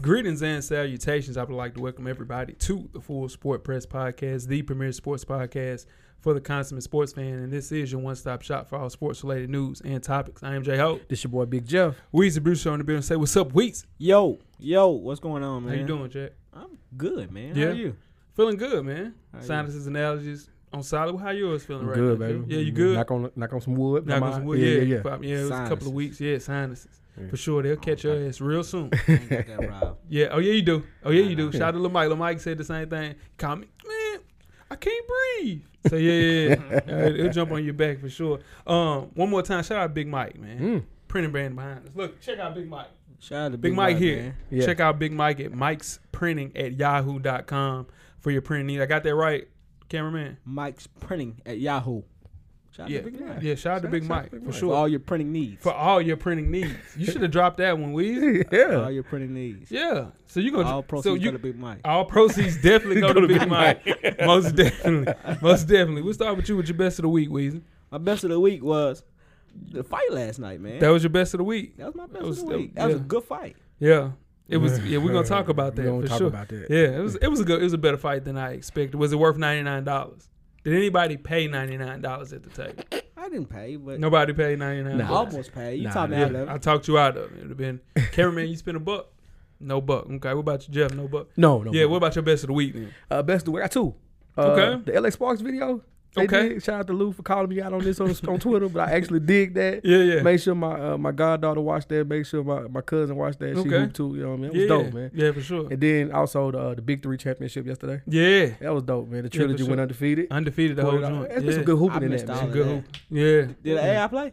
Greetings and salutations. I would like to welcome everybody to the Full Sport Press Podcast, the premier sports podcast for the consummate sports fan. And this is your one stop shop for all sports related news and topics. I am Jay Hope. This your boy Big Jeff. Weezy Bruce on the building. Say, what's up, Weez? Yo, yo, what's going on, How man? you doing, Jack? I'm good, man. Yeah. How are you? Feeling good, man. How you? Sinuses and allergies on solid. How yours feeling I'm right good, now? Jeff? baby. Mm-hmm. Yeah, you good? Knock on, knock on some wood. Knock Am on I- some wood. Yeah, Yeah, yeah, yeah. Prob- yeah, it was a couple of Sinuses. weeks. Yeah, sinuses. Yeah. For sure, they'll catch your ass real soon. I ain't got that rob. Yeah. Oh yeah, you do. Oh yeah, you I do. know. Shout out to Lil Mike. Lil Mike said the same thing. Call me, man. I can't breathe. So yeah, yeah, yeah. Uh, it'll jump on your back for sure. Um, one more time. Shout out Big Mike, man. Mm. Printing brand behind us. Look, check out Big Mike. Shout out to Big, Mike, here. man. Yeah. Check out Big Mike at Mike's Printing at Yahoo.com for your printing needs. I got that right, cameraman. Mike's printing at Yahoo. Shout out Yeah, to Big Mike. yeah. Shout out to Shout- Big shout Mike out to Big for Mike. For sure all your printing needs. for all your printing needs. You should have dropped that one, Weezy. For all yeah. your printing needs. Yeah. So you gonna All so proceeds you go to Big Mike. All proceeds definitely go, to Go to Big, Big Mike. Most definitely. Most definitely. We'll start with you with your best of the week, Weezy. My best of the week was the fight last night, man. That That, was your best of the week. was my best was- of that- the week. That was yeah. a good fight. Yeah. It was yeah, we're gonna talk about that We're gonna for talk sure. about that. yeah, it was it was a good it was a better fight than I expected. Was it worth ninety nine dollars? Did anybody pay ninety nine dollars at the table? I didn't pay, but Nobody paid ninety nine I Nah. dollars. almost paid. You Nah, talking yeah. out of I it. talked you out of it. It'd have been cameraman, you spent a buck. No buck. Okay, what about you, Jeff? No buck. No, no. yeah, no. what about your best of the week then? Uh, best of the week. I got two. Uh, Okay. The LA Sparks video. they Okay. did. Shout out to Lou for calling me out on this on, on Twitter, but I actually dig that. Yeah, yeah. Make sure my uh, my goddaughter watched that. Make sure my, my cousin watched that. Okay. She hooped too. You know what I mean? It was yeah, dope, man. Yeah, for sure. And then also the, uh, the Big Three Championship yesterday. Yeah. That was dope, man. The trilogy sure. went undefeated. Undefeated the whole Pulled it out. joint. There's yeah. been some good hooping I in missed that, all man. of Good that. hoop. Yeah. Did the AI play?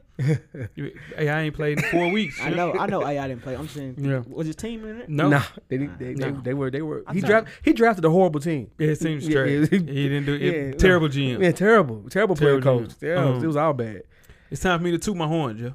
You- Hey, I ain't played in four weeks. I shit. know, I know AI didn't play. I'm saying, Yeah. was his team in it? No. Nah, they, they, they, Nah. they were they were. I He thought- drafted he drafted a horrible team. Yeah, it seems Yeah, straight. yeah. he didn't do it. Yeah, no. terrible GM. Yeah, Uh-huh. terrible, terrible player Terrible coach. GM. Yeah, it was- Um, it was all bad. It's time for me to toot my horn, Joe.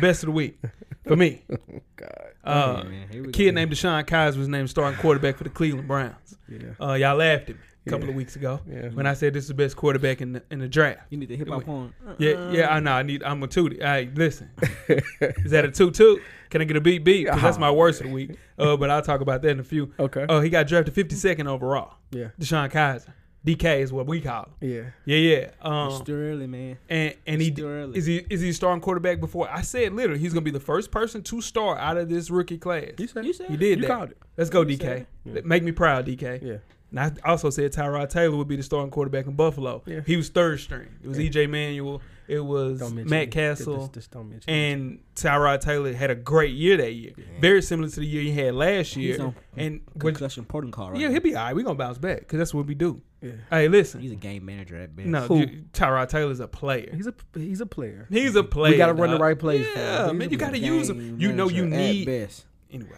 Best of the week for me. Oh, God. Uh, Hey, man, here we a go. kid named Deshaun Kaiser was named starting quarterback for the Cleveland Browns. Yeah. Uh, y'all laughed at me a couple Yeah. of weeks ago Yeah. when I said this is the best quarterback in the, in the draft. You need to hip hop Wait. horn. Yeah, yeah, Uh-uh. I know. I need. I'm a toot. it. Hey, listen, is that a toot toot? Can I get a beat beat? 'Cause that's my worst of the week. Uh, but I'll talk about that in a few. Okay. Oh, he got drafted 52nd overall. yeah. Deshaun Kaiser. DK is what we call him. Yeah. Yeah, yeah. It's Um, still early, man. and and it's he still early. is he is he starting quarterback before? I said literally he's gonna be the first person to start out of this rookie class. You said You said He did you that. called it. Let's go, You DK. said it. Yeah. Make me proud, DK. Yeah. And I also said Tyrod Taylor would be the starting quarterback in Buffalo. Yeah. He was third string. It was Yeah. EJ Manuel. It was Don't mention Matt it. Castle. Just- just don't mention it. and Tyrod Taylor had a great year that year. Very similar to the year he had last He's year. on And which, Concussion protocol, right? yeah, now. he'll be all right. We're going to bounce back because that's what we do. Yeah. Hey, listen. He's a game manager at best. No, Who? you, Tyrod Taylor's a player. He's a he's a player. He's a player. we got to run the dog. right plays. for Yeah, him. He's man, a you player. got to use him. You know you At need. best. Anyway,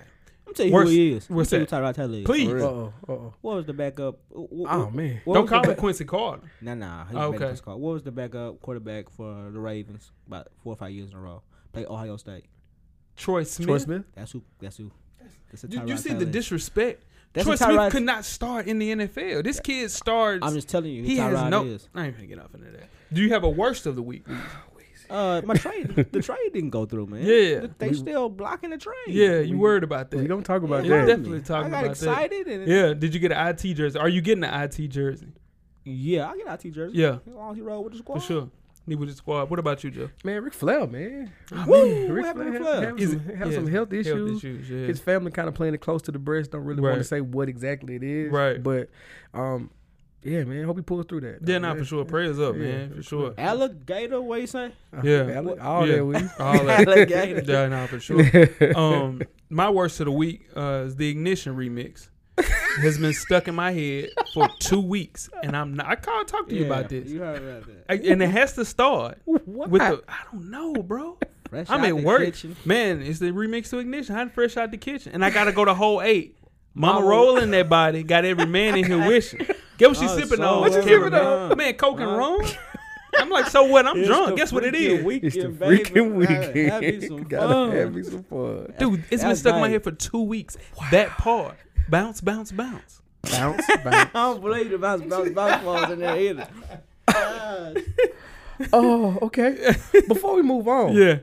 I'm tell you Worse- who he is. worse Worse who Tyrod Taylor is. Please. For real. Uh-oh, uh-oh. What was the backup? Oh man. don't call him Quincy Carter. Nah, nah. He's Okay. okay. Called. What was the backup quarterback for the Ravens about four or five years in a row? Played Ohio State. Troy Smith. Troy Smith. That's who. That's who. That's a You, Tyrod you see Taylor. the disrespect. That's Troy a Smith Tyrod- could not start in the NFL. This kid starts. I'm just telling you. Who he Tyrod has no. is. I ain't gonna get off into that. Do you have a worst of the week? Uh, my trade. the trade didn't go through, man. Yeah. The- They still blocking the trade. Yeah, you We- worried about that. We don't talk about Yeah, that. definitely talking I got about excited that. and yeah. Yeah, did you get an IT jersey? Are you getting an IT jersey? I got IT jersey. Yeah, As long as he roll with the squad. for sure. Need with the squad. What about you, Joe? Man, Ric Flair, man. Woo! Ric What happened to Flair Flair? Have some, have some health issues. yeah. His family kind of playing it close to the breast. Don't really want Right. to say what exactly it is. Right. But, um, yeah, man. Hope he pulls through that. yeah, though, nah, man. for sure. Prayers up, Yeah, man, for for sure. Alligator, what you saying? Yeah. All- All Yeah. that with. All that. Alligator. Yeah, nah, for sure. Um, my worst of the week uh, is the ignition remix. has been stuck in my head for two weeks, and I'm not. I can't talk to you about this, You heard about that. I- and it has to start What? with the. I don't know, bro. Fresh I'm out at the work, kitchen. man. It's the remix to ignition. I'm fresh out the kitchen, and I gotta go the whole eight. Mama Mama- rolling that body, got every man in here wishing. Get what she Oh, sipping so on? what you Cameron? sipping on? Man, coke and Uh. rum. I'm like, so what? I'm It's drunk. the Guess what it freaking is. Weekend, It's the baby. freaking Gotta weekend. Have you some Gotta fun. have me some fun. Dude, it's been That's stuck in my nice. head for two weeks. That part. Bounce, bounce, bounce. Bounce, bounce. I don't believe the bounce, bounce, bounce balls in there either. Ah, oh, okay. Before we move on, Yeah.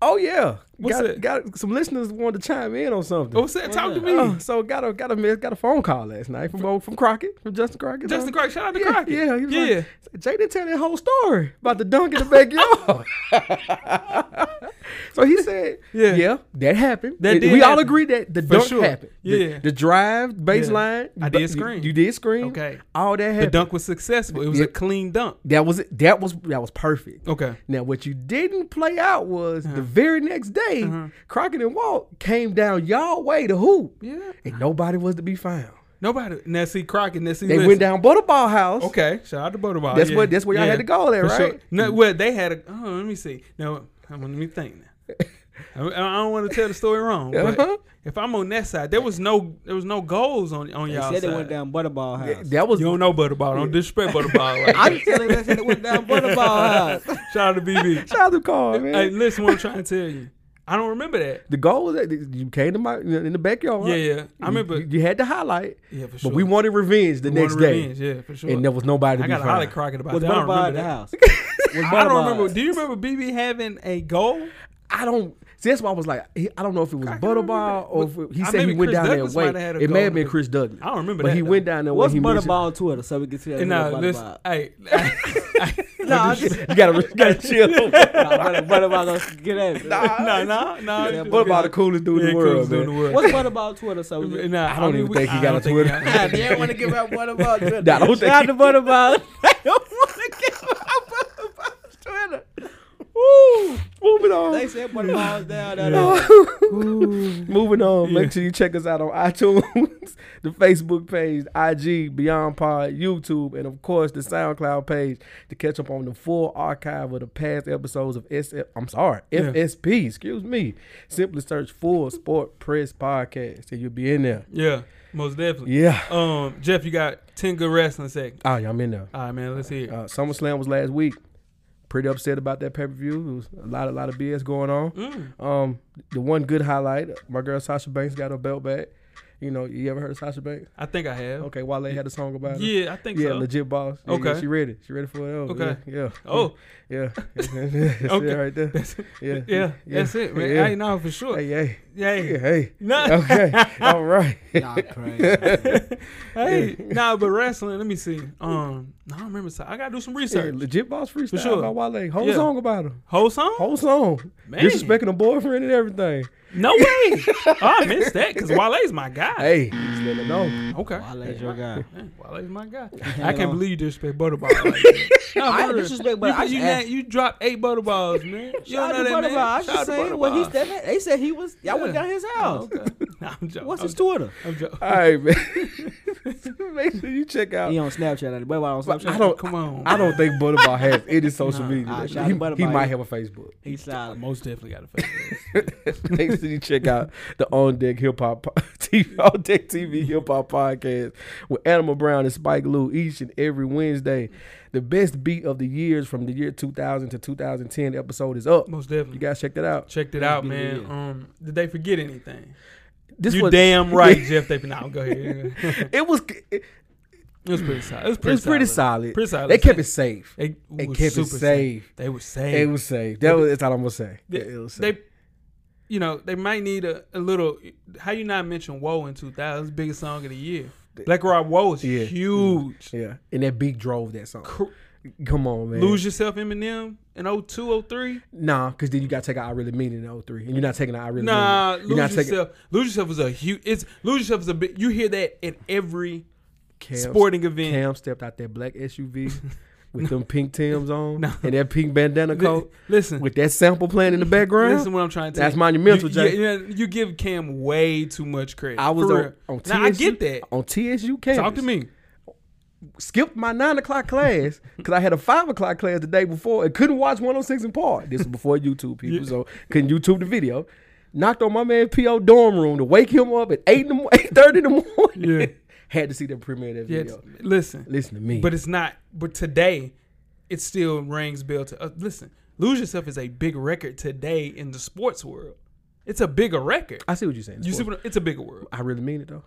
Oh yeah, What's got, that? got some listeners wanted to chime in on something. Oh, said, What's talk to up? me. Oh, so got a got a miss- got a phone call last night from old- from Crockett from Justin Crockett. Justin huh? Crockett, shout out to yeah, Crockett. Yeah, he was yeah. Like, Jay didn't tell that whole story about the dunk in the backyard. so he Oh. said, Yeah. yeah. that happened. That It- did we all happen. agreed that the For dunk sure. happened. The- Yeah. the, drive baseline. I bu- did you- scream. You, did scream. okay. All that The happened. dunk was successful. It was Yeah. a clean dunk. That was it. That was that was perfect. Okay. Now, what you didn't play out was Uh-huh. the very next day, Uh-huh. Crockett and Walt came down y'all way to hoop, Yeah. and nobody was to be found. Nobody. Now see Crockett. Now see. They listen. went down Butterball House. Okay. Shout out to Butterball. That's yeah. what that's where y'all Yeah. had to go at, For right? sure. No, well, they had a. Oh, let me see. Now, I'm let me think. Now. I, I don't want to tell the story wrong, but Uh-huh. if I'm on that side, there was no there was no goals on on They y'all said side. they went down Butterball That- House. That was You don't know Butterball. Don't disrespect Butterball. Like I tell you, they said they went down Butterball House. Shout out to BB. shout out to Carl, man. hey, listen, what I'm trying to tell you. I don't remember that. the goal was that you came to my in the backyard. Yeah, yeah. I remember. You, you had the highlight, yeah, for sure. but we wanted revenge the We next wanted day, revenge, Yeah, for sure. and there was nobody to I be got a found. holly crockett about Was that. I don't Butterball remember at the that. house? Was I don't Butterball remember. House? Do you remember BB having a goal? I don't. See, that's why I was like, he- I don't know if it was I can't remember Butterball or that. if it- he I said he maybe went Chris down there and Douglas might have had waited. a It may have goal, been but- Chris Douglas. I don't remember But that. he though. went down there. What's when he mentioned- Butterball Twitter so we can see that And little now, listen, Butterball? hey, No, I just You gotta, you gotta chill. Nah, Butterball gonna get at me. no, no, Yeah, no. Butterball the coolest dude in the world, man. What's Butterball Twitter so we can Nah, I don't mean, even we- think he I got a don't think Twitter. he got- Nah, they don't want to give out Butterball Twitter. Nah, I don't Shout out to think- Butterball. They don't want to give out Butterball's Twitter. Woo! Moving on. They said Butterball's down there. Moving on, Yeah. make sure you check us out on iTunes, the Facebook page, IG, Beyond Pod, YouTube, and of course the SoundCloud page to catch up on the full archive of the past episodes of SF. I'm sorry, Yeah. FSP. Excuse me. Simply search "Full Sport Press Podcast" and you'll be in there. Yeah, most definitely. Yeah. Um, Jeff, you got ten good wrestling segments. Oh, yeah, I'm in there. All right, man, let's hear. it. Uh, SummerSlam was last week. Pretty upset about that pay per view. There was a lot, a lot of BS going on. Mm. Um, the one good highlight, my girl Sasha Banks got her belt back. You know, you ever heard of Sasha Banks? I think I have. Okay, Wale had a song about it. Yeah, I think Yeah, so. legit boss. Yeah, yeah, Okay. she ready. She ready for it. Oh, Okay. Yeah. yeah. Oh, Yeah. That's it Okay. right there. Yeah. yeah, that's it, man. Yeah. I know for sure. Hey, hey. Hey, Yeah, hey. No. Okay. All right. Y'all crazy. hey, nah, but wrestling. Let me see. Um, I don't remember. So I gotta do some Yeah, research. legit boss freestyle sure. by Wale. Whole Yeah. song about her. Whole song? Whole song. Man. Disrespecting a boyfriend and everything. No way. oh, I missed that because Wale's my guy. Hey, just let her know. Okay. Wale is your guy. Man, Wale's my guy. hang I can't on. believe you disrespect Butterball. Like that. no, I for real. disrespect you, Butterball. I you, just na- asked- you dropped eight Butterballs, man. You Shout out don't to know that, Butterball. man. I Shout out just to saying what he Butterball. said. They said he was. Y'all went Yeah. down his Oh, house. okay. Nah, I'm joking. What's I'm his Twitter? joking. I'm joking. All right, man. Make sure you check out. He on Snapchat. Butterball on But Snapchat. I don't- Come on. I don't think Butterball has any social Nah. media. Ah, He- shout out to Butterball, he yeah. might have a Facebook. He's silent. Most definitely got a face. Make sure you check out the On Deck Hip Hop po- TV, On Deck TV Hip Hop Podcast with Animal Brown and Spike Lee each and every Wednesday. The best beat of the years from the year 2000 to 2010 episode is up. Most You definitely. guys check that out. Checked it Yeah, out, yeah, man. Um, did they forget anything? This you was damn right, Jeff. They now go ahead. it it was it, was pretty solid. It was it pretty, was pretty solid. solid. Pretty solid. They kept it safe. They, They was kept it super safe. They were safe. It was safe. That was that's all I'm gonna say. They- It was safe. they you know they might need a, a little how you not mention woe in 2000 It's the biggest song of the year black rock woe is Yeah. huge yeah, and that beat drove that song. Cr- Come on, man. lose yourself eminem in 02 03 Nah, because then you got to take out I Really Mean It in 03. And you're not taking out I Really nah Mean It. lose yourself lose yourself is a huge it's lose yourself is a big you hear that at every Cam, sporting event Cam stepped out that black SUV with them pink Tims on No. and that pink bandana Li- coat listen with that sample playing in the background. listen what i'm trying to That's tell monumental, you Jay. you, you, you give cam way too much credit I was For on, real. on TSU. now i get that On TSU campus. talk to me Skipped my 9 o'clock class because I had a 5 o'clock class the day before and couldn't watch 106 in Park. This was before YouTube, people, Yeah. so couldn't YouTube the video. Knocked on my man P.O. dorm room to wake him up at 8 in the, mo- 8.30 in the morning. Yeah. Had to see the premiere of that yeah, video. it's- listen Listen to me. But it's not. But today, it still rings bell to us. Listen, lose yourself is a big record today in the sports world. It's a bigger record. I see what you're saying. You see, what, it's a bigger world. I really mean it though.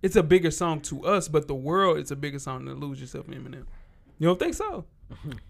It's a bigger song to us, but the world, Mm-hmm. it's a bigger song than lose yourself, Eminem. You don't think so?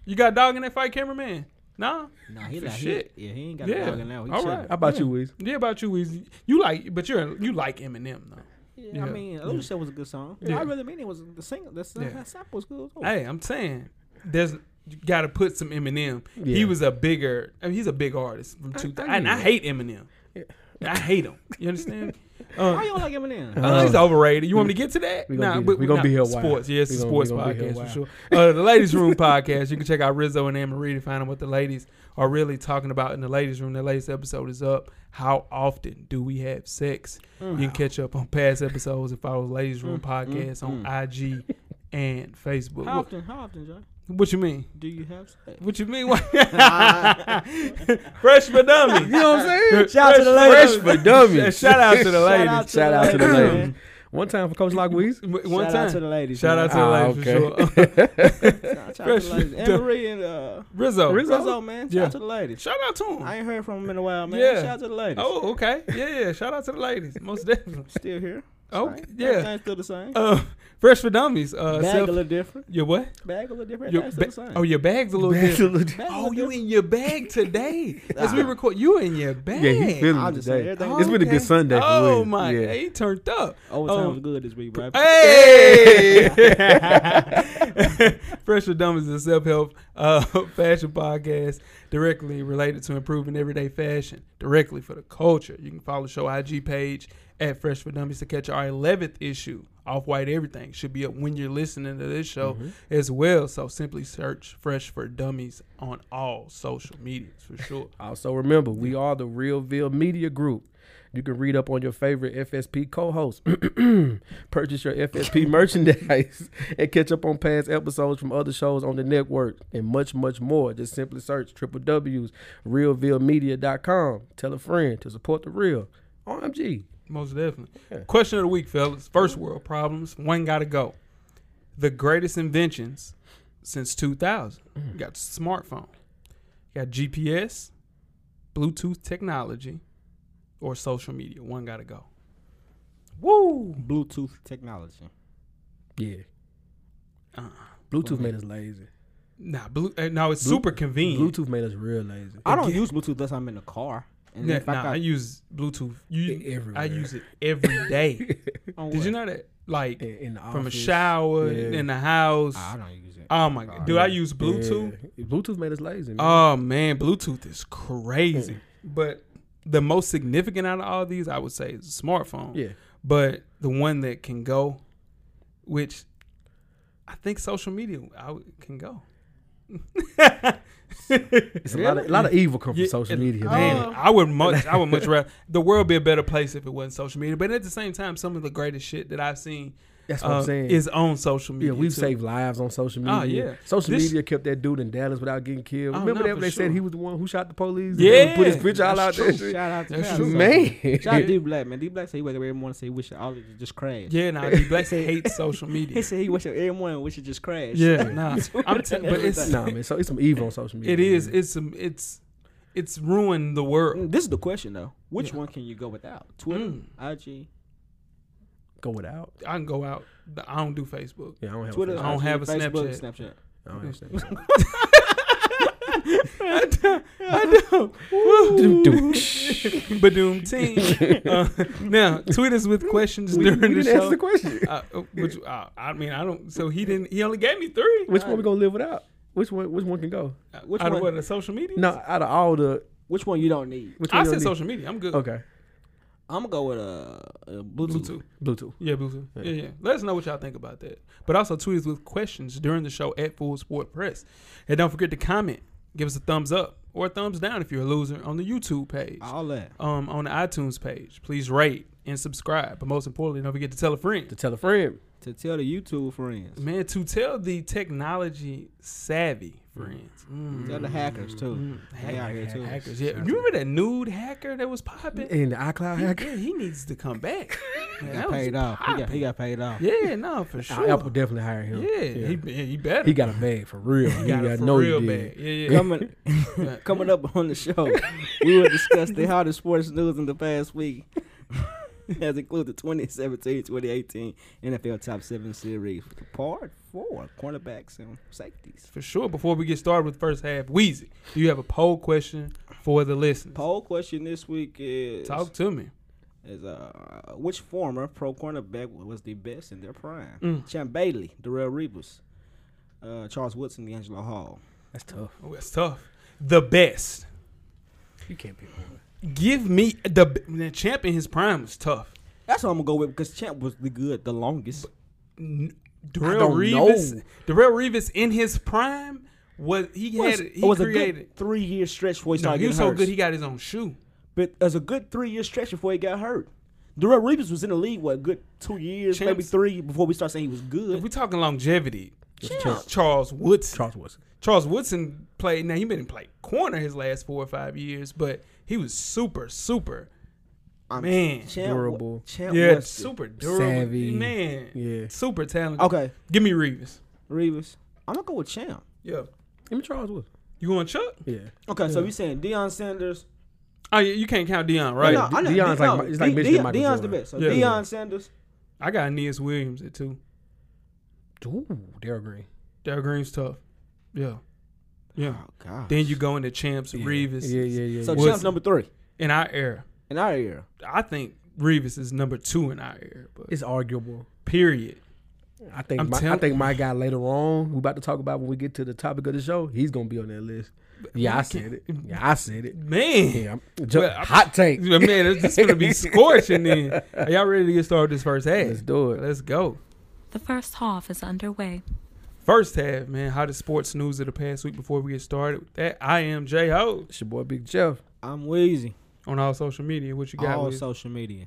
You got dog in that fight, cameraman. Nah. Nah, he For like he- shit. yeah, he ain't got Yeah. a dog in now. He All chilling. right. How about Yeah. you, Wiz? Yeah, about you, Weezy. You like, but you're you like Eminem though. Yeah, Yeah. I mean, Alicia was a good song. Yeah. I really mean it was the single. The song, Yeah. that sample was good. Oh, Hey, I'm saying there's you got to put some Eminem. He Yeah. was a bigger. I mean, he's a big artist from two. I and I get hate Eminem. Yeah. I hate him. You understand? Why Uh, you don't like Eminem? I know Uh, he's overrated. You want me to get to that? we gonna be- but we gonna be here a while. Sports, yes, We it's a gonna- sports we gonna be here a podcast for sure. Uh, the Ladies Room podcast. You can check out Rizzo and Anne Marie to find out what the ladies are really talking about in the Ladies Room. The latest episode is up. How often do we have sex? You can Mm. catch up on past episodes and follow the Ladies Room podcast mm. on IG and Facebook. How What, often? How often, John? what you mean? Do you have sex? What you mean? Fresh for dummies. You know what I'm saying? Shout out to the Fresh ladies. for dummies. Shout out to the Shout ladies. out Shout out to the ladies. ladies. One time for Coach Lock Wiz. M- One Shout time. out to the ladies. Shout out to the Ah, ladies for okay. sure. man. Shout out to Fresh the ladies. Anne Dude. Marie and uh, Rizzo. Rizzo. Rizzo, man. Shout Yeah. out to the ladies. Shout out to him. I ain't heard from him in a while, man. Yeah. Shout out to the ladies. oh, okay. Yeah, yeah. Shout out to the ladies. Most definitely. Still here. Oh, Same. yeah. Everything's still the same. Uh, Fresh for Dummies. Uh, Bag self- a little different. your what? Bag a little different. Your Everything's ba- still the same. oh, your bag's a little bit. Bag a Oh, little you different. in your bag today. As we record, you in your bag. Yeah, he feeling I'm it just saying, today. everything- It's been a Okay. good Sunday. for Oh, Wiz. my. Yeah. He turned up. Um, Overtime was good this week, right? Hey! Fresh with Dumb is a self help uh, fashion podcast directly related to improving everyday fashion, directly for the culture. You can follow the show IG page at Fresh for Dummies to catch our 11th issue. Off White Everything should be up when you're listening to this show as well. So simply search Fresh for Dummies on all social medias for sure. Also remember, we are the Realville Media Group. You can read up on your favorite FSP co-host, purchase your FSP merchandise, and catch up on past episodes from other shows on the network, and much, much more. Just simply search www.realvillemedia.com. Tell a friend to support the real. OMG. Most definitely. Yeah. Question of the week, fellas. First world problems. One gotta go. The greatest inventions since 2000. Mm-hmm. You got smartphone. You got GPS, Bluetooth technology, or social media. One gotta go. Woo! Bluetooth technology. Yeah. Uh-uh. Bluetooth made us lazy. Nah, blue, uh, no, it's Blue- super convenient. Bluetooth made us real lazy. I don't Again. use Bluetooth unless I'm in the car. And Yeah, if I nah, I got, use Bluetooth. You, E- Everywhere. I use it every day. on Did you what? know that? Like In, in the from a office. shower Yeah. in the house. I don't use it. Oh my god! Do I use Bluetooth? Yeah. Bluetooth made us lazy. Man. Oh man, Bluetooth is Mm. crazy. But the most significant out of all these, I would say, is a smartphone. yeah. But the one that can go, which I think social media I would- can go. It's a lot of, a lot of evil come from Yeah, uh, social it- media, man. Man, I would much, I would much rather the world be a better place if it wasn't social media. But at the same time, some of the greatest shit that I've seen That's what uh, I'm saying. is on social yeah, media. we've too. saved lives on social media. Ah, yeah. Social This- media kept that dude in Dallas without getting killed. Oh, Remember no, that for when they said sure. he was the one who shot the police? Yeah, put his picture all out that's there. true. Shout out to That's Travis, true. though. Man, Shout out to D Black, man. D Black said he wake up every morning and say he wish all of it just crash. Yeah, nah, D Black hates social media. He said he wish up every morning and wish it just crash. Yeah, nah. I'm telling, but it's nah, man. So it's some evil on social media. Mm. It is. man. It's some. It's it's ruined the world. This is the question though. Which Yeah. Mm. one can you go without? Twitter, IG. go without. I can go out. I don't do Facebook. Yeah, I don't have. Twitter, A I Facebook. don't IG, have a Facebook, Snapchat. I don't have Snapchat. I don't. I don't. Doom, doom. Badoom team. Uh, now tweet us with questions we, we during the didn't show. answer the question. uh, uh, which uh, I mean, I don't. So he didn't. He only gave me three. Which one we gonna live without? Which one? Which one can go? Uh, Which out of one? what? The social media? No, out of all the. Which one you don't need? Which one I you said don't social media. I'm good. need? Okay, I'm gonna go with uh, uh Bluetooth. Bluetooth. Bluetooth. Yeah, Bluetooth. Yeah. yeah, Let us know what y'all think about that. But also tweet us with questions during the show at Full Sport Press. And don't forget to comment. Give us a thumbs up or a thumbs down if you're a loser on the YouTube page. All that. Um on the iTunes page. Please rate and subscribe. But most importantly, don't forget to tell a To friend. tell a friend. To tell the YouTube friends. Man, to tell the technology savvy friends. Mm. Tell the hackers too. Mm. They out here too. Hackers, yeah. You remember that nude hacker that was popping? in the iCloud He, hacker. yeah, he needs to come back. He Man, got that was paid off. He got, he popping. got paid off. Yeah, no, for sure. Apple definitely hired him. Yeah, He, yeah, he better. He got a bag for real. He got it for know he real did. bad. Yeah, yeah. Coming coming up on the show, we will discuss the hottest sports news in the past week. has included the 2017 2018 NFL Top 7 Series, part four cornerbacks and safeties. For sure. Before we get started with the first half, Wheezy, do you have a poll question for the listeners? Poll question this week is Talk to me. is uh, which former pro cornerback was the best in their prime? Mm. Champ Bailey, Darrell Rebus, uh, Charles Woodson, D'Angelo Hall. That's tough. Oh, that's tough. The best. You can't pick one. Give me the, b- the champ in his prime was tough. That's what I'm gonna go with because Champ was the good, the longest. N- I Darrell don't Reeves. know. Darrell Reeves in his prime was he was, had he it was a created. good three year stretch before he no, started he was getting so hurt. good he got his own shoe. but it was a good three year stretch before he got hurt. Darrell Reeves was in the league what a good two years, maybe Champ's- three before we start saying he was If good. we're talking longevity, Champ. Charles, Charles Woodson. Charles Woodson. Charles Woodson played. Now he been in play corner his last four or five years, but he was super, super I'm- man. Champ, wa- Durable. Champ Yeah, was the- super durable Savvy. man. Yeah. super talented. Okay, give me Reeves. Reeves. I'm gonna go with Champ. Yeah, Give me Charles Woodson. you going Chuck? Yeah. Okay, so you saying Deion Sanders, Oh, yeah, you can't count Dion, right? No, I know, Deion's De- like no, my- he's like De- basically Deion- Michael Deion's the Jordan. best. So Yeah. Deion Sanders, I got Aeneas Williams at two. Ooh, Daryl Green. Derrick Green's tough. Yeah, yeah. Oh God. Then you go into champs Reeves Yeah, yeah, yeah. so yeah. Woodson. Champ's number three in our era. in our era. I think Reeves is number two in our era. But it's arguable. period. I think I'm my, I tell- think my guy later on, we about to talk about when we get to the topic of the show, he's gonna be on that list. Yeah, I said it. Yeah, I said it. Man, Yeah, I'm, ju- Well, I- hot take. man, it's just gonna be scorching. Then are y'all ready to get started with this first half? Let's do it. Let's go. The first half is underway. First half, man. Hottest sports news of the past week. Before we get started with that, I am J Ho It's your boy Big Jeff. I'm Wheezy. on all social media. What you got? all Wiz? social media.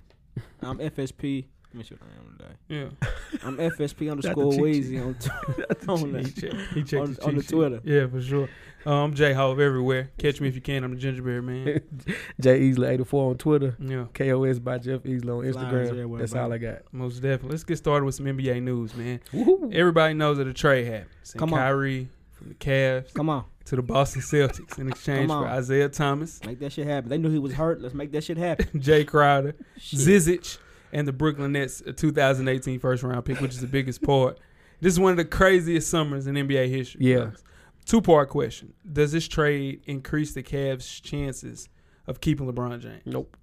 I'm FSP. Let me see what I am today. yeah, I'm FSP underscore cheat Wheezy on, t- on he the, checked, he checked on- his on cheat the sheet. Twitter. Yeah, for sure. Um, J Ho everywhere. Catch me if you can. I'm the gingerbread man. J Easley eighty four on Twitter. Yeah, KOS by Jeff Easley on Flyers Instagram. everywhere, That's bro. all I got. most definitely. Let's get started with some NBA news, man. Woohoo. Everybody knows that a trade happened. Sent Come on. Kyrie from the Cavs Come on, to the Boston Celtics in exchange Come for on. Isaiah Thomas, make that shit happen. They knew he was hurt. Let's make that shit happen. Jay Crowder, Shit. Zizic, and the Brooklyn Nets a 2018 first round pick, which is the biggest part. This is one of the craziest summers in NBA history. Yeah. Two part question: Does this trade increase the Cavs' chances of keeping LeBron James? Nope.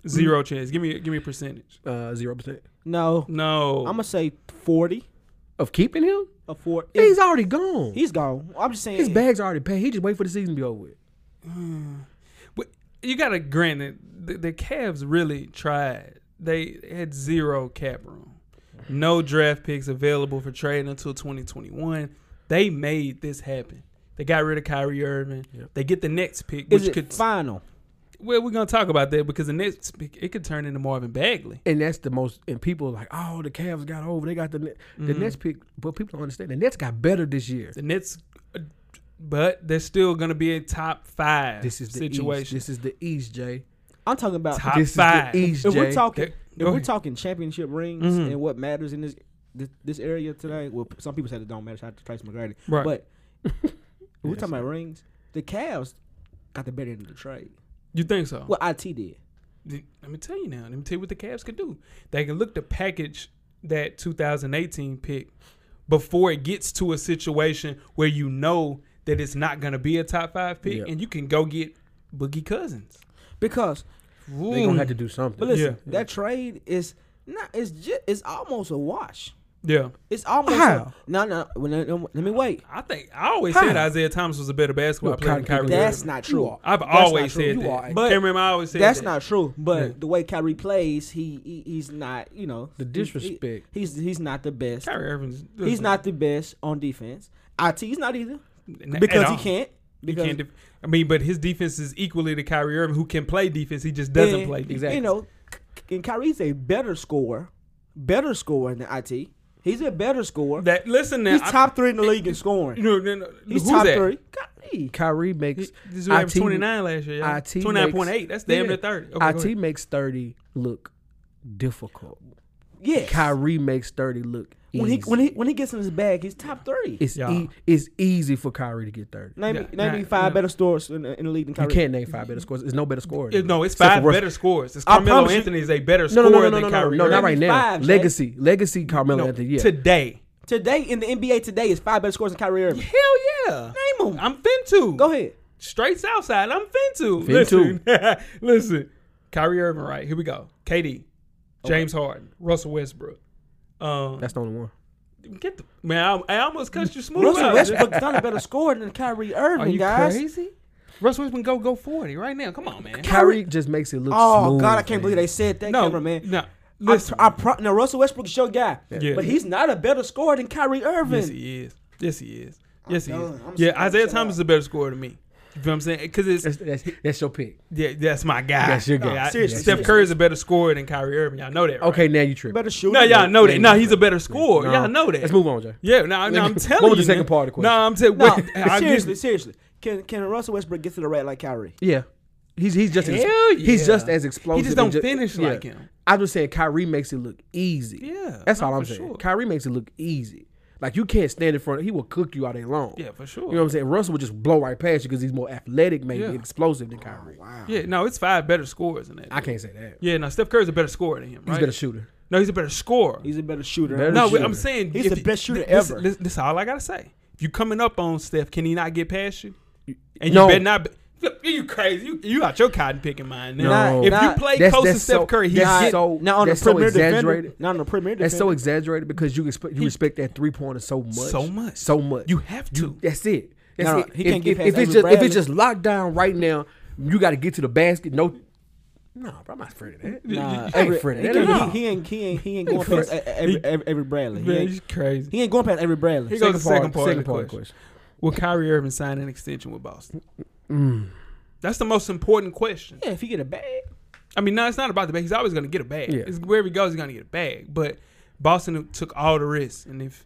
Mm. Zero chance. Give me give me a percentage. Uh zero percent. No, No. I'm gonna say forty. Of keeping him? Or 40. he's already gone. he's gone. I'm just saying. His bag's already paid. He just wait for the season to be over with. But you gotta grant it. The, the Cavs really tried. They had zero cap room, no draft picks available for trade until 2021. They made this happen. They got rid of Kyrie Irving. Yep. They get the next pick, Is which it could final? well, we're gonna talk about that because the next pick it could turn into Marvin Bagley. And that's the most and people are like, oh, the Cavs got over. They got the net. the Mm-hmm. Nets pick, but people don't understand. The Nets got better this year. Mm. The Nets, uh, but they're still gonna be a top five. This is the East. situation. This is the East, Jay. I'm talking about. Top this five. is the if East, Jay. we're talking, Go if we're ahead. talking championship rings Mhm. and what matters in this, this this area today, well, some people said it don't matter. Shout out to Tracy McGrady, Right. but if we're Yes. talking about rings. The Cavs got the better end of the trade. you think so? Well, IT did. Th- let me tell you now. Let me tell you what the Cavs could do. They can look to package that 2018 pick before it gets to a situation where you know that it's not going to be a top five pick, Yeah. and you can go get Boogie Cousins. Because, They're gonna have to do something. but listen, Yeah. that trade is not. It's just. It's almost a wash. Yeah, It's almost. How? A, no, no. well, no, no, Let me wait. I think I always Huh. said Isaiah Thomas was a better basketball Look, player than Kyrie Kyrie. Irving. That's Irving. not true. are- I've That's not always true. said You that. are- Can't remember I always said That's that. not true. But Yeah. the way Kyrie plays, he, he he's not. You know The he- he- disrespect. he's he's not the best. Kyrie Irving's. He's not the best on defense. It is not either n- at because he all. can't. Because Can't def- I mean, but his defense is equally to Kyrie Irving, who can play defense. He just doesn't and, play defense. Exactly. You know, K- and Kyrie's a better scorer, better scorer than It. He's a better scorer. That listen now. He's I- top three in the league in You scoring. know, then, uh, He's who's top that? three. Kyrie. Kyrie makes This is average IT 29 last year. y'all. IT 29.8. That's damn Yeah. near 30. Okay, go IT ahead. makes thirty look difficult. Yes. Kyrie makes thirty look easy. When he when he when he gets in his bag, he's top thirty. it's Yeah. e- it's easy for Kyrie to get thirty. Name, me, Yeah, name nah, me five nah. better stores in, in the league than You Kyrie. can't name five better scores. There's no better scorer. It- no, it's Except five for Russ- better scores. It's I Carmelo promise you- Anthony is a better No, scorer no, no, no, no, than no, no, Kyrie. no, not Irving. right now. Five, Jay. legacy, legacy, Carmelo No, Anthony. Yeah, Today. Today in the NBA today is five better scores than Kyrie Irving. Hell yeah. Name 'em. I'm fin to. Go ahead. Straight Southside. I'm fin to. Fin Listen. Listen. Kyrie Irving, right? Here we go. KD. James Harden. Russell Westbrook. Um, that's the only one. get the man. I, I almost cut you smooth. Russell out. Westbrook's not a better scorer than Kyrie Irving, Are you guys. crazy? Russell Westbrook go go forty right now. Come on, man. Kyrie just makes it look. Oh smooth, God, I can't man. believe they said that, No, cameraman. no. I, Listen. I pro- now Russell Westbrook's your guy, Yeah. but he's not a better scorer than Kyrie Irving. Yes, he is. Yes, he is. Yes, he is. done. I'm yeah, sorry. Isaiah Shut Thomas up. is a better scorer than me. You feel what I'm saying? Because it's That's, that's, that's your pick. yeah, that's my guy. That's your guy. Yeah, I- Seriously, Steph seriously. Curry is a better scorer than Kyrie Irving. Y'all know that. Right? Okay, now you tripping. better shooter. No, y'all know that. No, he's a better No. scorer. Y'all know that. Let's move on, Jay. Yeah, no, no, I'm What telling you. was the second part of the No, I'm telling. No, I- seriously, seriously. Can can Russell Westbrook get to the rat like Kyrie? Yeah. He's, he's just as, Hell he's yeah. just as He explosive. just don't and finish like him. I'm just saying Kyrie makes it look easy. Yeah, that's no, all I'm for saying. sure. Kyrie makes it look easy. Like you can't stand in front. of He will cook you all day long. Yeah, for sure. You know what I'm saying? Russell would just blow right past you because he's more athletic, maybe Yeah. Oh, and explosive than Kyrie. yeah, no, it's five better scorers than that. I can't say that. Yeah, no, Steph Curry's a better scorer than him. He's right? a better shooter. No, he's a better scorer. He's a better shooter. Better No, shooter. I'm saying He's if the you- best shooter this- ever. This, this is all I gotta say. If you coming up on Steph, can he not get past you? And you No. better not. Be, Look, you crazy? You, you out your cotton picking mind now. No. if Nah, you play that's- close to that's Steph so- Curry, he's that's getting- so- now on the that's so premier defender. exaggerated. Not on the premier defender. That's so exaggerated because you expect you respect that three pointer so much, so much, so much. You have to. That's it. That's No, no, it. he if, can't get if- if past it's Avery just if Bradley. it's just locked down right now, you got to get to the basket. No, no, bro, I'm not afraid of that. Nah, I ain't Uh, every, afraid of he, that. can't- No. he, he ain't he ain't he ain't going past uh, every, every, every Bradley. He Man, ain't, he's crazy. he ain't going past every Bradley. Here goes the second part. second of the part of the question. Will Kyrie Irving sign an extension with Boston? That's the most important question. Yeah, if he get a bag, I mean, no, it's not about the bag. He's always going to get a bag. Yeah. It's wherever he goes, he's going to get a bag. But Boston took all the risks, and if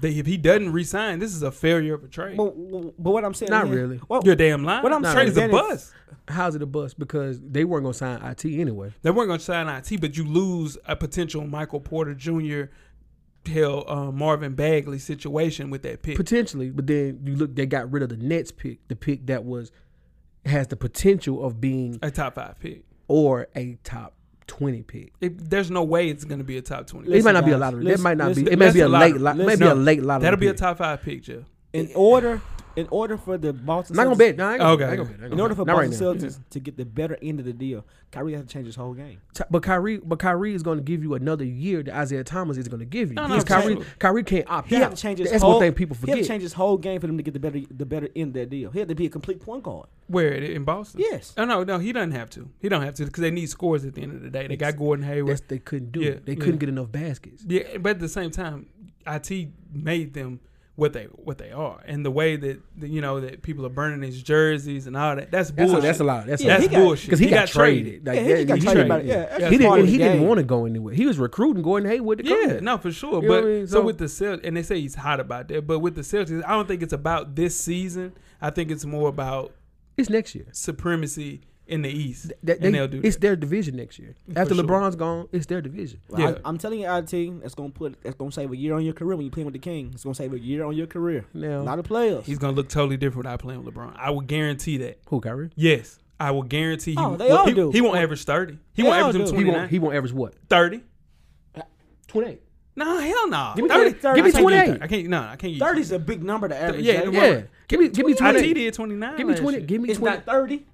they, if he doesn't resign, this is a failure of a trade. but, but what I'm saying, Not is- really. Well, You're damn lying. What I'm Nah, saying is a is that if- bust. How's it a bust? Because they weren't gonna sign it anyway. They weren't going to sign IT, but you lose a potential Michael Porter Jr. Hell, uh, Marvin Bagley situation with that pick. Potentially, but then you look, they got rid of the Nets pick, the pick that was has the potential of being a top five pick. or a top twenty pick. It, there's no way it's going to be a top twenty. it Listen, might not be a guys, lottery. listen, that might not listen, be. It might be a that's a late. lottery. Lo- maybe a No, late lottery. That'll be a pick. top five pick, Jeff. in order in order for the Boston I'm not gonna bet. Celtics- No, I ain't gonna, Okay. I ain't gonna bet. I ain't In gonna order bet. for Not right Boston now. Celtics to get the better end of the deal, Kyrie has to change his whole game. Ty- But Kyrie, but Kyrie is going to give you another year that Isaiah Thomas is going to give you. No, no, Because Kyrie, absolutely. Kyrie can't opt He out. had to change his That's whole, one thing people He had forget. to change his whole game for them to get the better the better end of that deal. He had to be a complete point guard. Where it- in Boston? Yes. Oh no, no, he doesn't have to. He don't have to because they need scores at the end of the day. They got Gordon Hayward. That's they couldn't do. Yeah, they yeah. couldn't get enough baskets. Yeah, but at the same time, IT made them what they what they are, and the way that that, you know that people are burning his jerseys and all that. That's That's, bullshit. a, that's a lot. That's Yeah, That's he a got- bullshit. because he, got, traded. Like, Yeah, he got traded by the- yeah, that's he part didn't. of He the didn't game. want to go anywhere. He was recruiting Gordon Hayward to come. Yeah, no, for sure. You but know what I mean? so, So- with the Celtics, and they say he's hot about that. But with the Celtics, I don't think it's about this season. I think it's more about it's next year. supremacy in the East, That, and they- they'll do It's that. their division next year. After sure. LeBron's gone, it's their division. Yeah. I, am telling you, IT, that's gonna put that's gonna save a year on your career when you playing with the King. It's gonna save a year on your career. Now- a lot of players. He's gonna look totally different without playing with LeBron. I will guarantee that. Who Kyrie? Yes, I will guarantee he. Oh, they well, all he, do. he won't average thirty. He They won't all average him do. He 29, won't. He won't average what? 30. Twenty eight. No, hell no. Give me 30, 30. Give me I can't you 28. 30. I can't. No, I can't. give you Thirty is a big number to average. yeah, Jay. yeah. Yeah. Give me. Give 20. me twenty IT eight. did twenty nine. Give me twenty. Give me it's twenty. not thirty.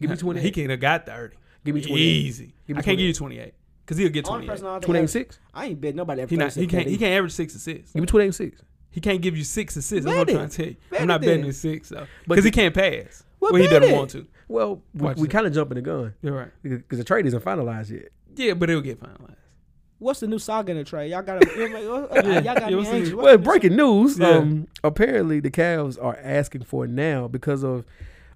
Give me 28. He could have got thirty. Give me 28. Easy. Give me I can't give you twenty eight because he'll get twenty Only eight. person I don't think 28 average- six. I ain't bet nobody. He not. He can't. He can't average six assists. Give me twenty eight six. He can't give you six assists. Bet That's what I'm it. trying to tell you. Bet I'm it not betting then. his six though, But because he the- can't pass. Well, Well, he bet doesn't it. want to. Well, we, Watch we this. kind of jumping the gun You're right. because the trade isn't finalized yet. Yeah, but it'll get finalized. What's the new saga in the trade? Y'all got. Y'all Yeah, got me what's the- anxious. What's Well, the new breaking news. Yeah. Um, apparently the Cavs are asking for it now because of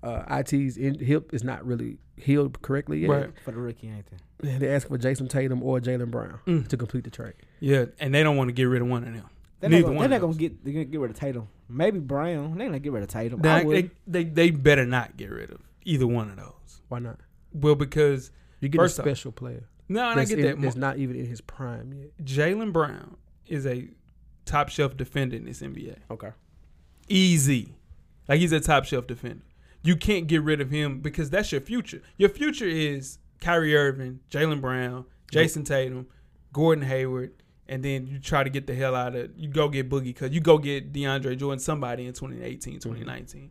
uh, IT's in, hip is not really healed correctly yet. Right. For the rookie, ain't there? They're asking for Jason Tatum or Jalen Brown Mm. to complete the trade. Yeah, and they don't want to get rid of one of them. They're Neither not gonna, one. they're not of them. gonna get they're gonna get rid of Tatum. Maybe Brown. They're gonna get rid of Tatum. I They, would. they, they, they better not get rid of either one of those. Why not? Well, because You get a First off- special player. No, and I that's get in- that. That's Mo- not even in his prime yet. Jalen Brown is a top shelf defender in this NBA. Okay. Easy. Like he's a top shelf defender. You can't get rid of him because that's your future. Your future is Kyrie Irving, Jalen Brown, Jason Tatum, Gordon Hayward, and then you try to get the hell out of you go get Boogie because you go get DeAndre Jordan, somebody in 2018, 2019.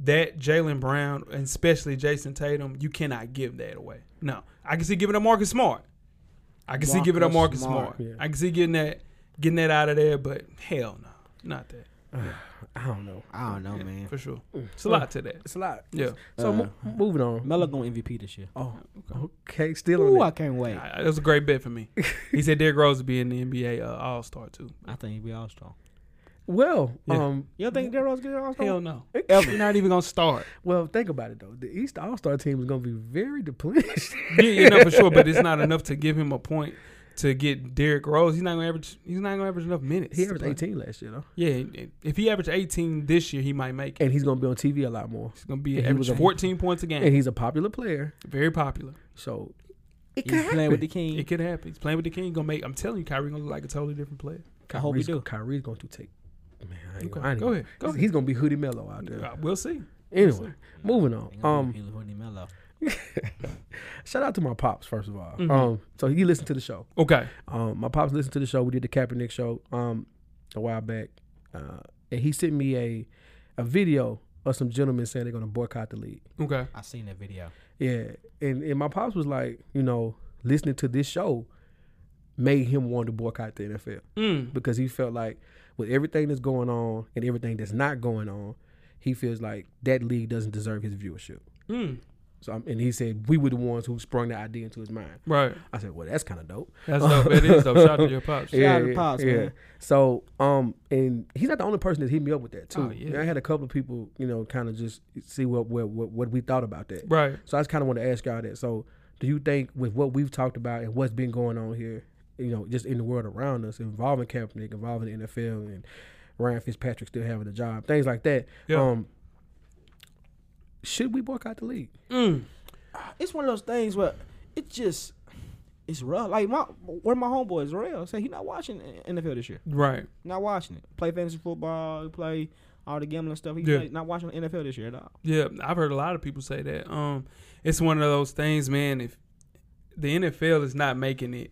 That Jalen Brown and especially Jason Tatum, you cannot give that away. No. I can see giving up Marcus Smart. I can see giving up Marcus Smart. Marcus Smart, yeah. I can see getting that getting that out of there, but hell no. Not that. I don't know. I don't know, man. For sure. It's a lot to that. It's a lot. Yeah. So mo- moving on. Melo going MVP this year. Uh-huh. Oh, okay. Still on Ooh, that. I can't wait. I- That was a great bet for me. He said Derrick Rose would be in the NBA uh, All Star too. I think he'll be all star. Well, Yeah. um, You don't think Derrick Rose get Hell all star? no. Ever. You're not even gonna start. well, think about it though. The East All Star team is gonna be very depleted. Yeah, you know for sure, but it's not enough to give him a point to get Derrick Rose. He's not gonna average. He's not gonna average enough minutes. he to averaged play. 18 last year though, Yeah, and- and if he averaged 18 this year, he might make it. and he's gonna be on TV a lot more. He's gonna be and he was average a- 14 points a And game. he's a popular player, Very popular. so it could He's playing happen. with the king. It could happen. He's playing with the king. He's gonna make. I'm telling you, Kyrie gonna look like a totally different player. I hope he Kyrie's- do. Kyrie's going to take. Man, I ain't Okay, gonna, I ain't go gonna- ahead. Go He's gonna be hoodie mellow out there. Uh, we'll see. Anyway, moving on. Um, He's Hoodie Melo. shout out to my pops first of all. Mm-hmm. Mhm. Um, so he listened to the show. Okay. Um, my pops listened to the show. We did the Kaepernick show um a while back, uh, and he sent me a a video of some gentlemen saying they're gonna boycott the league. Okay. I seen that video. Yeah, and and my pops was like, you know, listening to this show made him want to boycott the NFL Mm. because he felt like with everything that's going on and everything that's not going on, he feels like that league doesn't deserve his viewership. Mm. So I'm, and he said we were the ones who sprung that idea into his mind. Right. I said, well, that's kind of dope. That's dope. That is dope. Shout out to your pops. Shout out to Pops, man. So, um, and he's not the only person that hit me up with that too. Oh, yeah. I had a couple of people, you know, kind of just see what what what, what we thought about that. Right. So I just kind of want to ask y'all that. So, do you think with what we've talked about and what's been going on here, you know, just in the world around us, involving Kaepernick, involving the NFL, and Ryan Fitzpatrick still having a job, things like that, Yeah. um, should we boycott the league? Mm. It's one of those things where it just it's rough. Like my one of my homeboys, Real, say he not watching NFL this year. Right. Not watching it. Play fantasy football. He play all the gambling stuff. He Yeah. play- not watching NFL this year at all. Yeah, I've heard a lot of people say that. Um, it's one of those things, man. If the NFL is not making it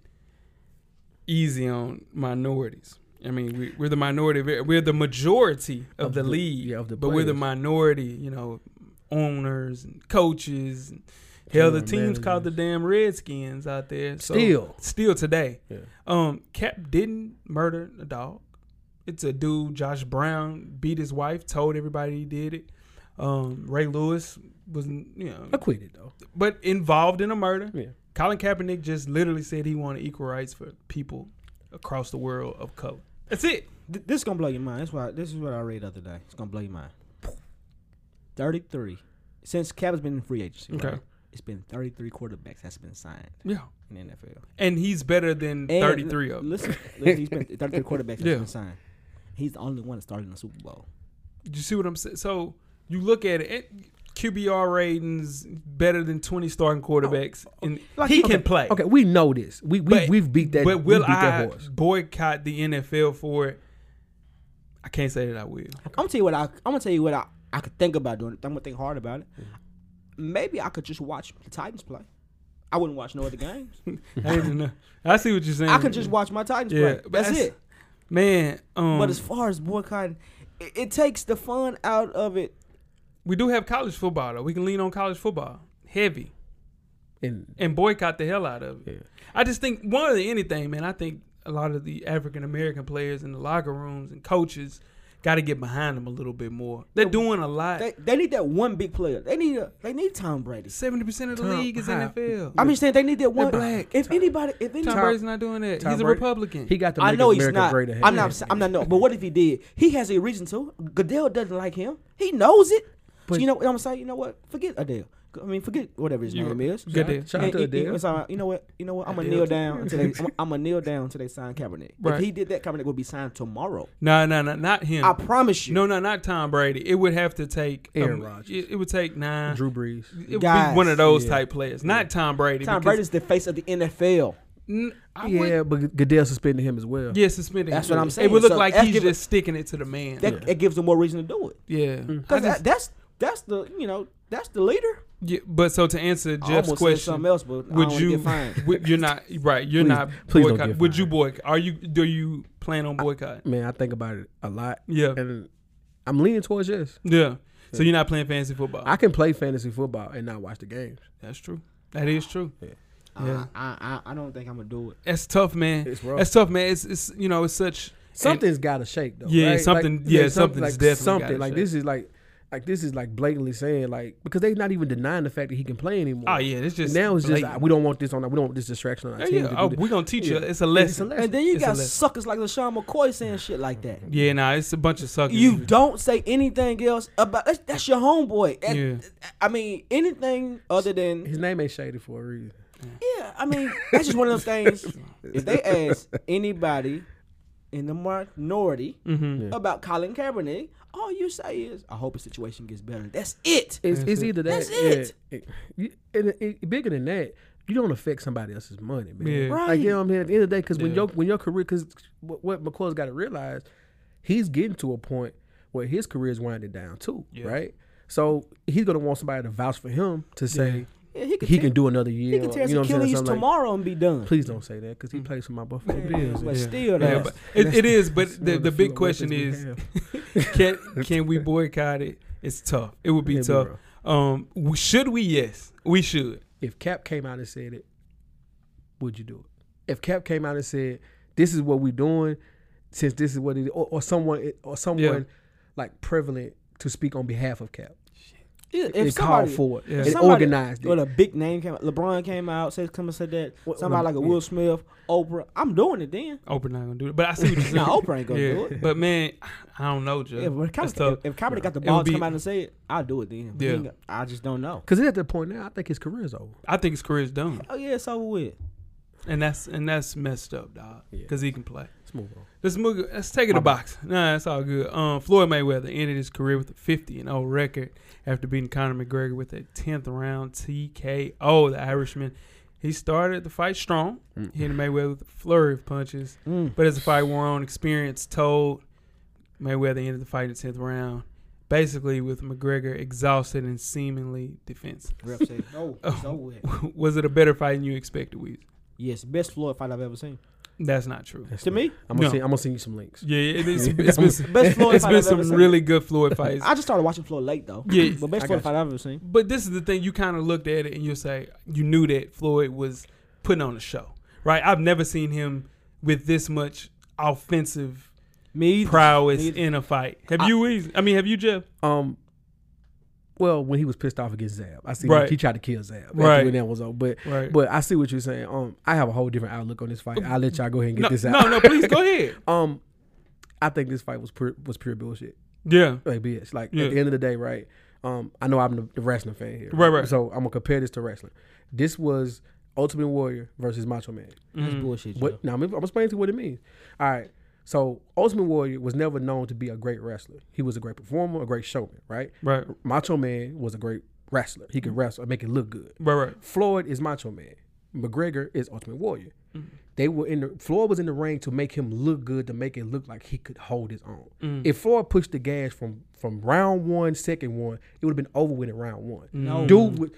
easy on minorities, I mean, we, we're the minority. We're we're the majority of, Of the, the- league, yeah, of the but we're the players. minority. You know, owners and coaches. And hell, the General teams called the managers. damn Redskins out there. So, Still. still today. Yeah. Um, Cap didn't murder a dog. It's a dude, Josh Brown, beat his wife, told everybody he did it. Um, Ray Lewis was, you know, I quit it though. but involved in a murder. Yeah. Colin Kaepernick just literally said he wanted equal rights for people across the world of color. That's it. Th- this gonna blow your mind. That's why this is what I read the other day. It's gonna blow your mind. Thirty three. Since Cap's been in free agency, Okay. right? It's been thirty three quarterbacks that's been signed Yeah. in the NFL. And he's better than And 33 of them. Listen, listen he's been thirty three quarterbacks that's Yeah. been signed. He's the only one that started in the Super Bowl. You see what I'm saying? So you look at it, it QBR ratings better than 20 starting quarterbacks. and Like, he okay, can play. Okay, we know this. We, we But- we've beat that. but we will beat I that horse. boycott the NFL for it? I can't say that I will. I'm gonna tell you what I. I'm gonna tell you what I. I could think about doing. it. I'm gonna think hard about it. Maybe I could just watch the Titans play. I wouldn't watch no other games. I, didn't know. I see what you're saying. I could just watch my Titans Mm. Yeah, play. but That's, that's- it. Man, um, but as far as boycotting, it, it takes the fun out of it. we do have college football though. We can lean on college football heavy And and boycott the hell out of it. Yeah. I just think more than anything, man. I think a lot of the African American players in the locker rooms and coaches got to get behind them a little bit more. They're doing a lot. They, they need that one big player. They need a, they need Tom Brady. Seventy percent of the Tom- league is how- NFL. I'm just saying they need that one. black. If anybody, if anybody, Tom, Brady's not doing that. Tom he's a Brady- Republican. he got the I know he's America not. great ahead. I'm not. sa- I'm not. No. But what if he did? He has a reason to. Goodell doesn't like him. He knows it. But- so you know what I'm saying? You know what? Forget Adele. I mean, forget whatever his You- name is. Good deal. Shout out And to he- he- Adele. it's uh, all right. You know what? You know what? I'm gonna Adele kneel too. down until they. I'm, I'm gonna kneel down until they sign Kaepernick. Right. If he did that, Kaepernick would be signed tomorrow. No, no, no, not him. I promise you. no, no, not Tom Brady. It would have to take um, Aaron Rodgers. It, it would take nine. Drew Brees. It would Guys. be one of those Yeah. type players, not Tom Brady. Tom because- Brady's the face of the NFL. N- I yeah. Would, Yeah, but Goodell suspended him as well. yeah, suspended. That's him. what I'm saying. It would look So like that's he's given- just sticking it to the man. That Mm. it gives them more reason to do it. yeah. I Because just- that's that's the you know that's the leader. yeah. But so to answer I Jeff's almost said question, something else, but I would don't you? Get fined. would- you're not right. You're Please- not. please don't boycott- get Would you boycott? Are you? Do you plan on boycott? Man, I think about it a lot, Yeah. and I'm leaning towards yes. Yeah. So you're not playing fantasy football. I can play fantasy football and not watch the games. That's true. That is true. Yeah. I, I I don't think I'm gonna do it. That's tough, man. It's rough. That's tough, man. It's it's you know it's such Something's got to shake though. Yeah, right? something- Like, yeah, there's some- something's like definitely gotta something. Like shake. this is like, like this is like blatantly saying like because they're not even denying the fact that he can play anymore. Oh yeah, it's just now it's blatant. just "Ah, we don't want this on. our- We don't want this distraction on our yeah, team. yeah. to Oh, do we're gonna teach you. Yeah. It's a that. It's a lesson. lesson. And then you It's a got lesson. suckers like LaShawn McCoy saying shit like that. Yeah, nah, it's a bunch of suckers. You don't say anything else about that's, that's your homeboy. And- Yeah. I mean anything other than His name ain't shady for a reason. yeah. I mean that's just one of those things. If they ask anybody in the minority Mm-hmm. about Colin Kaepernick, all you say is, "I hope his situation gets better." That's it. It's, That's it's it. either that. That's it. yeah, it- you- and it- it- bigger than that, you don't affect somebody else's money, man. Yeah. Like you know what I'm saying. At the end of the day, because when Yeah. your when your career, because what, what McCoy's got to realize, he's getting to a point where his career is winding down too, Yeah. right? So he's gonna want somebody to vouch for him to say Yeah, he could he tear- can do another year. He can or- tear his you know what I'm saying, Achilles something like- tomorrow and be done. Please don't say that because he plays for my Buffalo Bills. but and- still, Mm. Yeah, that's- but it, it is. But That's one the, of the few big question weapons is, we have. can can we boycott it? It's tough. It would be It'd be tough. um, we- should we? Yes, we should. if Cap came out and said it, would you do it? If Cap came out and said, "This is what we're doing," since this is what it is, or, or someone or someone like prevalent to speak on behalf of Cap, Yeah, it called for it, Yeah. it if somebody- organized it. Well, a big name came. out. LeBron came out, said come and said that. What- Somebody like a um, yeah. Will Smith, Oprah. I'm doing it then. Oprah not gonna do it, but I see what you're saying. Now Oprah ain't gonna yeah. do it. But man, I don't know, Joe. Yeah, but if That's Kaepernick, tough. if, if Kaepernick got the It ball would to be- come out and say it, I'll do it then. But he Yeah. ain't got- I just don't know. Because at that point now, I think his career is over. I think his career's done, Oh yeah, it's over with. and that's and that's messed up, dog. Yeah. Because he can play. Let's move on. Let's move. Let's take it to box. Nah, that's all good. Um, Floyd Mayweather ended his career with a 50 and 0 record after beating Conor McGregor with a 10th round TKO. The Irishman. He started the fight strong, Mm. hitting Mayweather with a flurry of punches. But as the fight wore on, experience told Mayweather ended the fight in the 10th round, basically with McGregor exhausted and seemingly defensive. Ref said, "No, it's Oh. over with." Was it a better fight than you expected, Weez? Yes, best Floyd fight I've ever seen. That's not true. That's To me, I'm gonna No. send, I'm gonna send you some links. Yeah, it is, it's been, some- best Floyd it's fight been I've ever some seen. really good Floyd fights. I just started watching Floyd late though. Yeah. but I best Floyd got fight I've ever seen. But this is the thing: you kind of looked at it and you say you knew that Floyd was putting on a show, right? I've never seen him with this much offensive Me, prowess Neither. in a fight. Have you? Weez? I mean, have you, Jeff? Um, well, when he was pissed off against Zab, I see Right. he tried to kill Zab. Right. Right when that was over, but Right. but I see what you're saying. Um, I have a whole different outlook on this fight. I'll let y'all go ahead and get No, this out. no, no. Please go ahead. Um, I think this fight was pure, was pure bullshit. Yeah. Like bitch. Like Yeah. at the end of the day, right? Um, I know I'm the, the wrestling fan here. Right, right. So I'm gonna compare this to wrestling. This was Ultimate Warrior versus Macho Man. that's Mm-hmm. bullshit. Joe. What? Now I'm, I'm explaining to you what it means. All right. So Ultimate Warrior was never known to be a great wrestler. He was a great performer, a great showman, right? Right. Mm-hmm. Macho Man was a great wrestler. He could wrestle and make it look good. Right. Right. Floyd is Macho Man. McGregor is Ultimate Warrior. They were in the Floyd was in the ring to make him look good, to make it look like he could hold his own. If Floyd pushed the gas from from round one, second one, it would have been over with in round one. Mm. Mm-hmm. No. Dude would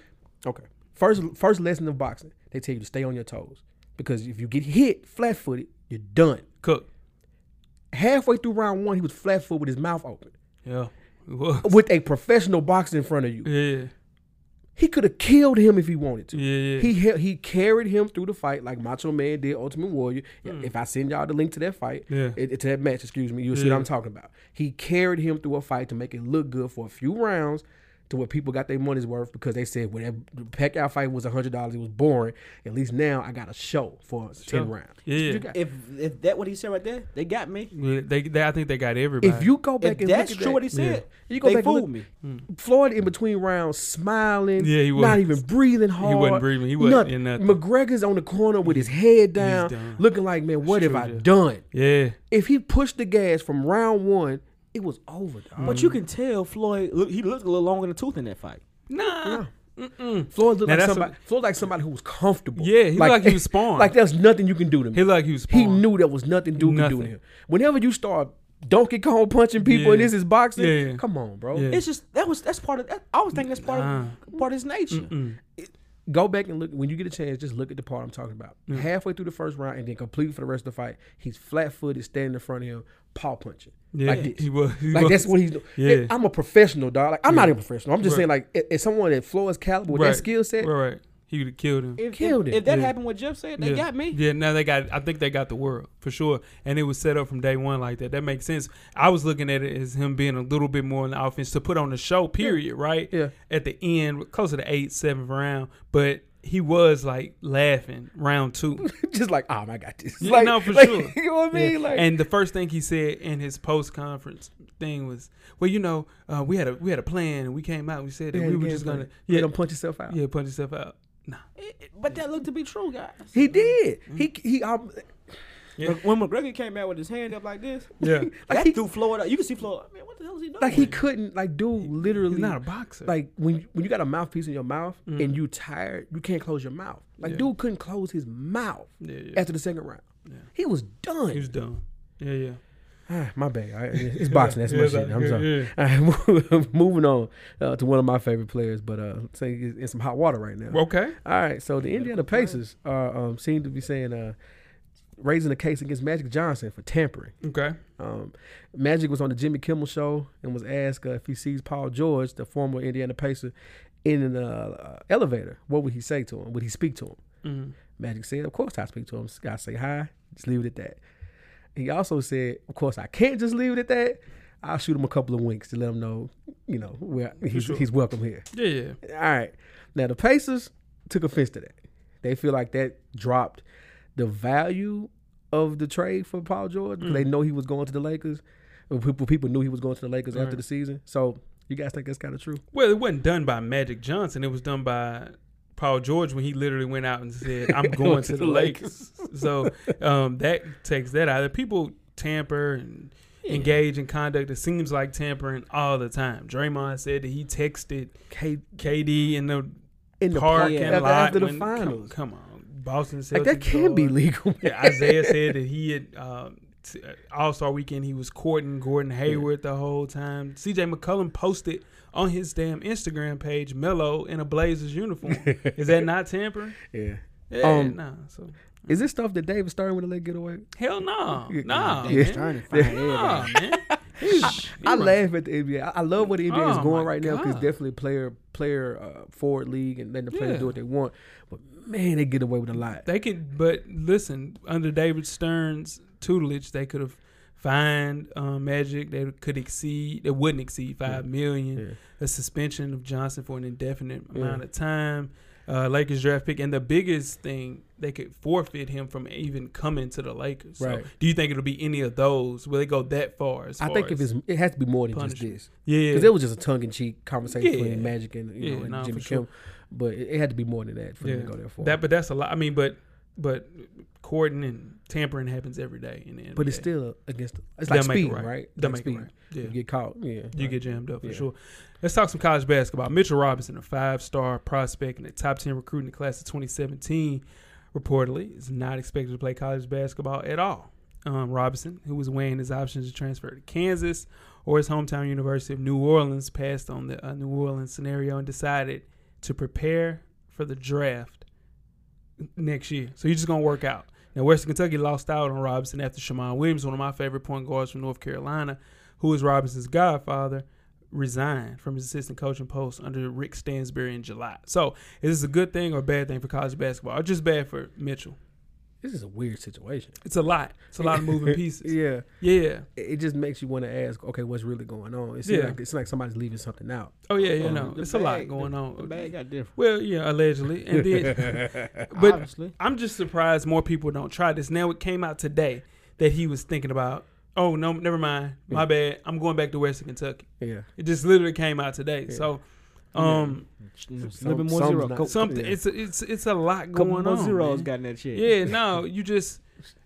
Okay. First first lesson of boxing, they tell you to stay on your toes. Because if you get hit flat footed, you're done. Cook. Halfway through round one, he was flat footed with his mouth open. Yeah. Whoa. With a professional boxer in front of you. Yeah. He could have killed him if he wanted to. Yeah, yeah. He hel- he carried him through the fight like Macho Man did Ultimate Warrior. Hmm. If I send y'all the link to that fight, Yeah. eh, to that match, excuse me, you'll see what I'm talking about. He carried him through a fight to make it look good for a few rounds. to where people got their money's worth because they said whatever the Pacquiao fight was hundred dollars, it was boring. At least now I got a show for Sure. ten rounds. Yeah. You got- If if that what he said right there, they got me. Yeah, They, they, I think they got everybody. if you go back If and that's look at true that- what he said, you go they back and look- fooled me. Floyd in between rounds, smiling. Yeah, he not was. even breathing hard. wasn't breathing. He wasn't in nothing. McGregor's on the corner with his head down, done. looking like, man, what It's have true, I yeah. done? yeah, If he pushed the gas from round one, it was over. Mm-hmm. Dog. But you can tell Floyd look, he looked a little longer in the tooth in that fight. nah, Floyd looked Now like that's somebody. Floyd like somebody who was comfortable. Yeah, he looked like he was sparring. like there's nothing you can do to me. he like he was. He spawned. knew there was nothing dude could do Nothing. to him. Whenever you start Donkey Kong punching people and Yeah. this is boxing, Yeah, yeah. come on, bro. Yeah. It's just that was that's part of that. I was thinking that's part of part of his nature. Mm. go back and look when you get a chance. Just look at the part I'm talking about. Halfway through the first round, and then complete for the rest of the fight. He's flat footed, standing in front of him, paw punching. Yeah, like this. he was. He like was. that's what he's doing. Yeah. I'm a professional, dog. Like I'm not even professional. I'm just saying, like, i- if someone at Floyd's caliber with right. that skill set, Right, right. He would have killed him. If, Killed if, it. if that Yeah. happened, what Jeff said, they yeah. got me. Yeah, now they got. I think they got the world for sure, and it was set up from day one like that. That makes sense. I was looking at it as him being a little bit more on the offense to put on the show. Period. Right. Yeah. At the end, closer to eight, seventh round, but he was like laughing round two. just like, oh, I got this. Yeah, like, no, for like, sure. you know what I mean? Yeah. Like, and the first thing he said in his post conference thing was, "Well, you know, uh, we had a we had a plan, and we came out. We said that we were just gonna yeah, yeah don't punch yourself out. yeah punch yourself out." Nah, It- it- but that looked to be true, guys. He did. He he. Um, Yeah. When McGregor came out with his hand up like this, yeah, like that he threw Floyd. out. You can see Floyd. Man, what the hell is he doing? like he couldn't like dude literally he's not a boxer. like when when you got a mouthpiece in your mouth and you tired, you can't close your mouth. Like Mm-hmm. Yeah. dude couldn't close his mouth yeah, yeah. after the second round. He was done. he was dumb. Yeah, yeah. Ah, my bad. I, it's boxing. That's Yeah, my it's shit. like- I'm yeah, sorry. yeah. All right, moving on uh, to one of my favorite players, but uh, say he's in some hot water right now. Okay. All right, so the Indiana Pacers are um, seem to be saying uh, raising a case against Magic Johnson for tampering. Okay. Um, Magic was on the Jimmy Kimmel show and was asked uh, if he sees Paul George, the former Indiana Pacer, in an uh, uh, elevator, what would he say to him? Would he speak to him? Mhm. Magic said, "Of course I speak to him. Just Gotta say hi. Just leave it at that." He also said, "Of course I can't just leave it at that. I'll shoot him a couple of winks to let him know, you know, where he's, sure. he's welcome here." Yeah, yeah. All right. Now the Pacers took offense to that. They feel like that dropped the value of the trade for Paul George because they Mm. know he was going to the Lakers. Or People, people knew he was going to the Lakers Mm. after the season. So you guys think that's kind of true? Well, it wasn't done by Magic Johnson. It was done by Paul George when he literally went out and said, "I'm going to the Lakers." so um, that takes that out. People tamper and engage in conduct that seems like tampering all the time. Draymond said that he texted K- KD in the In the park park and after, lot after the when- come- finals, Come, on, Boston Celtics. like that can be guard. legal. Yeah, Isaiah said that he had um, t- All Star Weekend. He was courting Gordon Hayward the whole time. C.J. McCollum posted on his damn Instagram page Melo in a Blazers uniform. Is that not tampering? yeah. Yeah, Um, nah. So Is this stuff that David Stern would have let get away? hell no, Yeah, nah, yeah. man. trying to find Nah, everybody. man. I laugh at the NBA. I, I love where the NBA is Oh, going my right now because God. definitely player player uh, forward league and letting the players Yeah. do what they want. But man, they get away with a lot. They could, but listen, under David Stern's tutelage, they could have fined um, Magic. They could exceed. They wouldn't exceed five million. Yeah. A suspension of Johnson for an indefinite Yeah. amount of time. Uh, Lakers draft pick, and the biggest thing they could forfeit him from even coming to the Lakers. Right. So, do you think it'll be any of those? Will they go that far? As I far think if as- it's it has to be more than punishment. just this yeah, because it was just a tongue in cheek conversation between Yeah. Magic and you Yeah, know and nah, Jimmy for sure. Kimmel, but it, it had to be more than that for them to go there for. that, but that's a lot. I mean, but but courting and tampering happens every day in the NBA. but it's still against. the- It's They'll like make it speed, right. right? They'll Like make it speed. right. Yeah. You get caught. Yeah, You get jammed up for Yeah. sure. Let's talk some college basketball. Mitchell Robinson, a five-star prospect and a top ten recruit in the class of 2017, reportedly is not expected to play college basketball at all. Um, Robinson, who was weighing his options to transfer to Kansas or his hometown University of New Orleans, passed on the uh, New Orleans scenario and decided to prepare for the draft next year. So he's just gonna work out. Now Western Kentucky lost out on Robinson after Shamon Williams, one of my favorite point guards from North Carolina, who is Robinson's godfather, resigned from his assistant coaching post under Rick Stansbury in July. So is this a good thing or a bad thing for college basketball? Or just bad for Mitchell? this is a weird situation. It's a lot. It's a lot of moving pieces. Yeah, Yeah. it it just makes you want to ask, okay, what's really going on? It's yeah. Yeah. like it's like somebody's leaving something out. Oh yeah. You Um, know, The it's a lot bag- going The on. bag got different. Well, yeah, allegedly, and then, But but obviously, I'm just surprised more people don't try this. Now it came out today that he was thinking about. Oh no, never mind. My Yeah. bad. I'm going back to Western Kentucky. Yeah, It just literally came out today. Yeah. So, um, a Mm, little Some- bit more some's zero. not- Couple- something. Yeah. It's it's it's a lot Oh, couple going more on. zeros man. got in that shit. Yeah, no, you just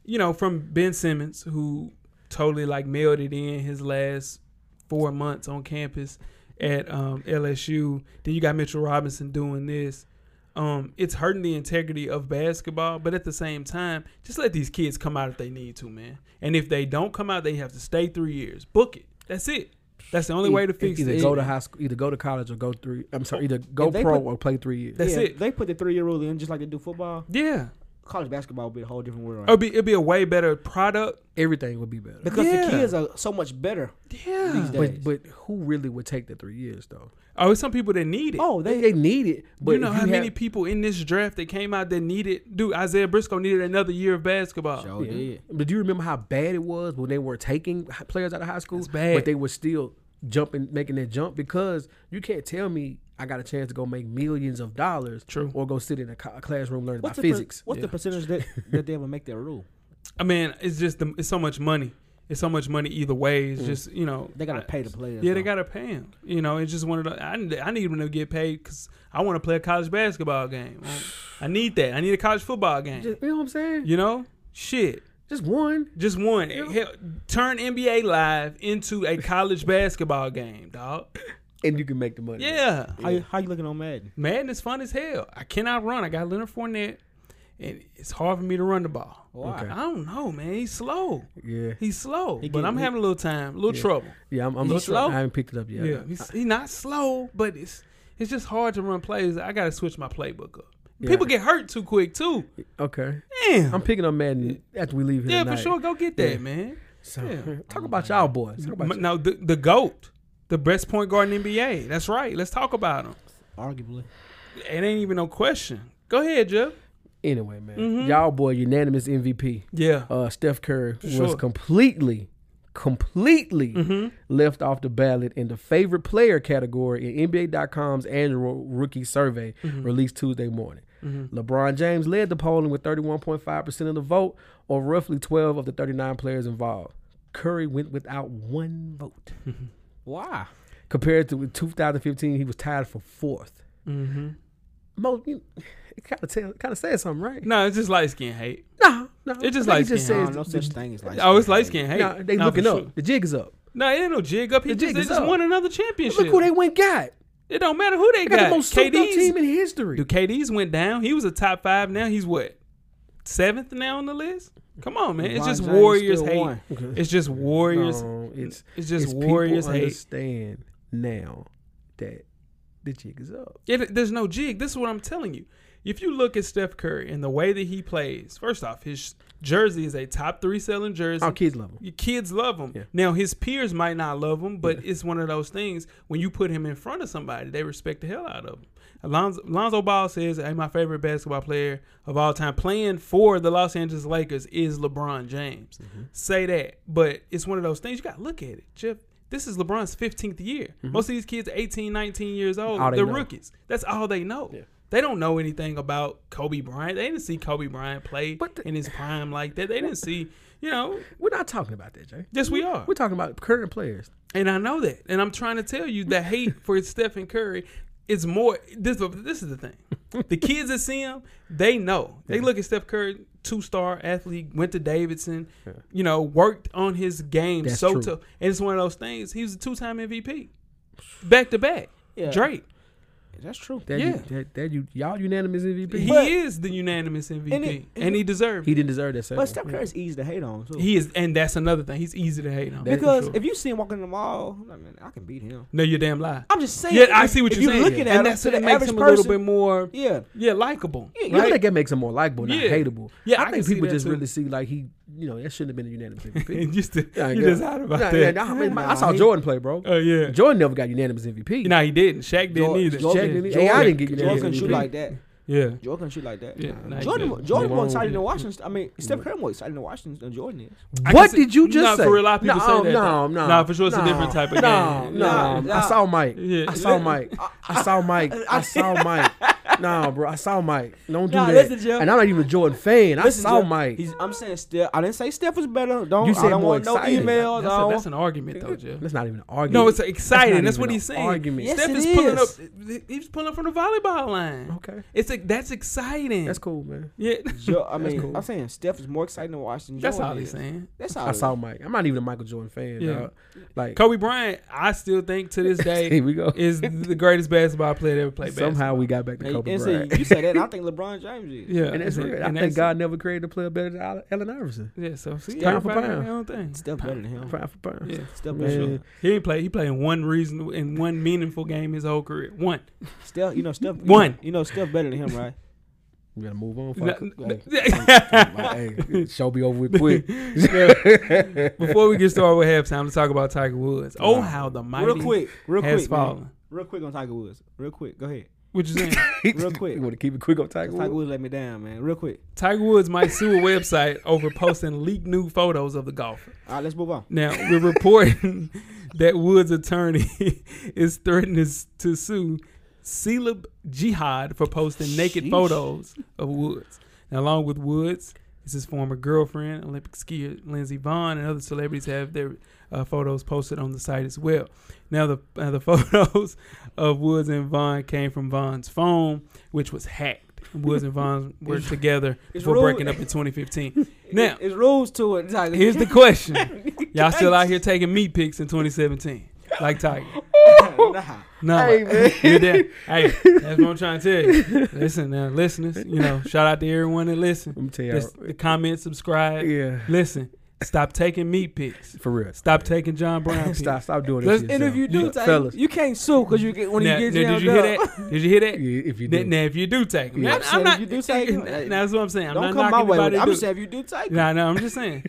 you know from Ben Simmons who totally like mailed it in his last four months on campus at um, LSU. Then you got Mitchell Robinson doing this. Um, it's hurting the integrity of basketball, but at the same time, just let these kids come out if they need to, man. And if they don't come out, they have to stay three years. Book it. That's it. That's the only way to E- fix either it. go to high school, either go to college or go three. I'm sorry, either go they pro put- or play three years. That's Yeah, it. They put the three year rule in just like they do football. Yeah, College basketball would be a whole different world. it'll be it'll be a way better product. Everything would be better. because Yeah. the kids are so much better. Yeah. These days. but but who really would take the three years though? Oh, it's some people that need it. Oh, They, they they need it, but you know if how many have- people in this draft that came out that needed, dude, Isaiah Briscoe needed another year of basketball. Sure Yeah. But do you remember how bad it was when they were taking h- players out of high school? It's bad. But they were still jumping, making that jump because you can't tell me I got a chance to go make millions of dollars True. or go sit in a, co- a classroom learning What's about the per- physics. what's the percentage that, that they ever make that rule? I mean, it's just the, it's so much money. It's so much money either way. It's just you know Mm. They gotta I- pay the players. Yeah, they though. gotta pay him. You know, it's just one of the. I, need- I need them to get paid because I want to play a college basketball game. I need that. I need a college football game. Just- you know what I'm saying? You know, shit. Just one. Just one. Hell, turn NBA Live into a college basketball game, dog. And you can make the money. Yeah. How you, how you looking on Madden? Madden is fun as hell. I cannot run. I got Leonard Fournette, and it's hard for me to run the ball. Why? Okay. I don't know, man. He's slow. Yeah. He's slow, He but get- I'm he- having a little time, a little Yeah. trouble. Yeah, I'm, I'm He's not sure. slow? I haven't picked it up yet. Yeah, he's he's not slow, but it's it's just hard to run plays. I got to switch my playbook up. Yeah. People get hurt too quick too. Okay. Damn. I'm picking up Madden after we leave here. yeah, for tonight. sure. Go get that, Yeah. man. So, Yeah. Talk about y'all boys. Talk about M- Now the the goat, the best point guard in NBA. That's right. Let's talk about him. Arguably, It ain't even no question. Go ahead, Jeff. Anyway, man, Mhm. y'all boy unanimous MVP. Yeah. Uh, Steph Curry was Sure. completely, completely mm-hmm. left off the ballot in the favorite player category in NBA.com's annual rookie survey Mm-hmm. released Tuesday morning. LeBron James led the polling with 31.5% of the vote, or roughly 12 of the 39 players involved. Curry went without one vote. why? Compared to 2015, he was tied for fourth. Mm-hmm. Most, you it kind of tell, kind of says something, right? No, it's just light skin hate. No, no. It just I like think it just skin. No, says no the- such thing as like. Oh, it's light skin hate. nah, they Nah, looking for up. sure. The jig is up. No, it ain't no jig up. He The just, jig they is just up. won another championship. Look who they went got. it don't matter who they They got. got the most souped up KD's team in history. Dude, KD's went down. He was a top five. Now he's what seventh now on the list. Come on, man. It's LeBron just James Warriors still hate. won. It's just Warriors. No, it's It's just it's Warriors people hate. understand now that the jig is up. It, there's no jig. This is what I'm telling you. If you look at Steph Curry and the way that he plays, first off, his jersey is a top three selling jersey. Our kids love them. Your kids love him. Yeah. Now his peers might not love him, but it's one of those things when you put him in front of somebody, they respect the hell out of him. Alonzo, Lonzo Ball says, "Hey, my favorite basketball player of all time, playing for the Los Angeles Lakers is LeBron James." Mm-hmm. Say that, but it's one of those things you got to look at it, Jeff. This is LeBron's 15th year. Most of these kids are 18, 19 years old. Mm-hmm. All they They're know. rookies. That's all they know. Yeah. They don't know anything about Kobe Bryant. They didn't see Kobe Bryant play But the- in his prime like that. They didn't see, you know, We're not talking about that, Jay. Yes, we are. We're talking about current players. And I know that. And I'm trying to tell you the hate for Stephen Curry is more. This, this is the thing. The kids that see him, they know. They look at Steph Curry, two star athlete, went to Davidson, you know, worked on his game That's so true. tough. And it's one of those things. He was a two time MVP, back to back. Yeah. Drake. That's true. That Yeah. you, that, that you, y'all unanimous MVP. He He, But- is the unanimous MVP, and, And it- he deserved it. didn't deserve that. But second Steph one. Curry's easy to hate on too. He is, and that's another thing. He's easy to hate on. That- because sure. if you see him walking in the mall, I mean, I can beat him. no, you're damn lie. I'm just saying. Yeah, I if- see what if you're saying, looking at and him that's to what the makes average him a person. little bit more, yeah, yeah, likable. Yeah, You know right? that makes him more likable, not Yeah. hateable. Yeah, I, I can think see people that just too. really see like he, you know, that shouldn't have been a unanimous MVP. And you still, Yeah, you yeah. just hot about Nah, yeah, that. nah, I, mean, Nah, I saw he- Jordan play, bro. Oh yeah. Jordan never got unanimous MVP. Nah, he didn't. Shaq didn't Jordan- either. Jordan- Shaq didn't- Jordan- AI didn't get you Jordan that can shoot MVP. like that. Yeah. Jordan can shoot like that. Yeah, nah, Jordan, exactly. Jordan They more won't, excited yeah. than Washington. I mean, Steph Curry more excited than Washington than Jordan is. I can What see- did you just nah, say? for real, a lot of people no, say that, No, though. no, Nah, for sure it's a no, different type of no, game. No, Yeah. I saw Mike. Yeah. I saw Mike. I saw Mike. I saw Mike. No, bro, I saw Mike. Don't do Nah, that. listen, Joe. and I'm not even a Jordan fan. I Listen, saw Jeff, Mike. He's, I'm saying Steph. I didn't say Steph was better. Don't. You You said I don't more want no excited. emails. That's, I a, don't- that's an argument though, Jeff. That's not even an argument. No, it's exciting. not That's, even what an he's saying. argument. Yes, Steph it is, pulling up. is. He's pulling up from the volleyball line. Okay, It's a, that's exciting. that's cool, man. Yeah, Joe, I mean, cool. I'm saying Steph is more exciting than Washington. that's Jordan all he's is. saying. That's all. I saw Mike. I'm not even a Michael Jordan fan. Yeah. dog. like Kobe Bryant, I still think to this day here we go. is the greatest basketball player to ever play Somehow basketball. we got back to And, Kobe and see, Bryant. you say that, and I think LeBron James is. Yeah, and that's real. I and think that's- God never created a player better than Allen- Allen Iverson. Yeah, so see, Pound for everybody got pound. their own thing. Steph better than him. Pound for pound. Yeah, Steph Man. better. Than him. he ain't play. He played one reason in one meaningful game his whole career. One. Steph, you know Steph. you One. know- You know Steph better than him, right? We gotta move on. N- Fuck. n- hey, hey, show be over with quick. Before we get started with halftime, let's talk about Tiger Woods. Oh, how the mighty Real quick. Real has quick. man. fallen. Real quick on Tiger Woods. Real quick. Go ahead. What you saying? Real quick. you want to keep it quick on Tiger Tiger Woods? Woods let me down, man. Real quick. Tiger Woods might sue a website over posting leaked nude photos of the golfer. All right, let's move on. Now we're reporting that Woods' attorney is threatening to sue Celeb Jihad for posting naked Sheesh. photos of Woods. Now, along with Woods, is his former girlfriend, Olympic skier Lindsey Vonn, and other celebrities have their uh, photos posted on the site as well. Now, the uh, the photos of Woods and Vonn came from Vonn's phone, which was hacked. Woods and Vonn were together it's before rude. breaking up in 2015. Now, it's rules to it. Tiger. Here's the question. Y'all still out here taking meat pics in 2017. Like Tiger. uh, nah. No. Hey, man. You're there. Hey, that's what I'm trying to tell you. Listen now, listeners, you know, shout out to everyone that listen. I'm tell Just you. comment, subscribe. Yeah, Listen. Stop taking meat pics. for real. Stop taking John Brown pics. Stop. Stop doing this. Let's to yourself. interview do Yeah, Tiger. fellas. You can't sue because you get when Now, you get now, jammed did you up. hear that? Did you hear that? Yeah, if you Now, do, now, if you do take them, Yeah. now, I'm saying I'm if not. you do take 'em, hey, now, that's what I'm saying. I'm Don't not come my knocking way. anybody. With it. I'm do. just saying if you do take it. Nah, nah, I'm just saying.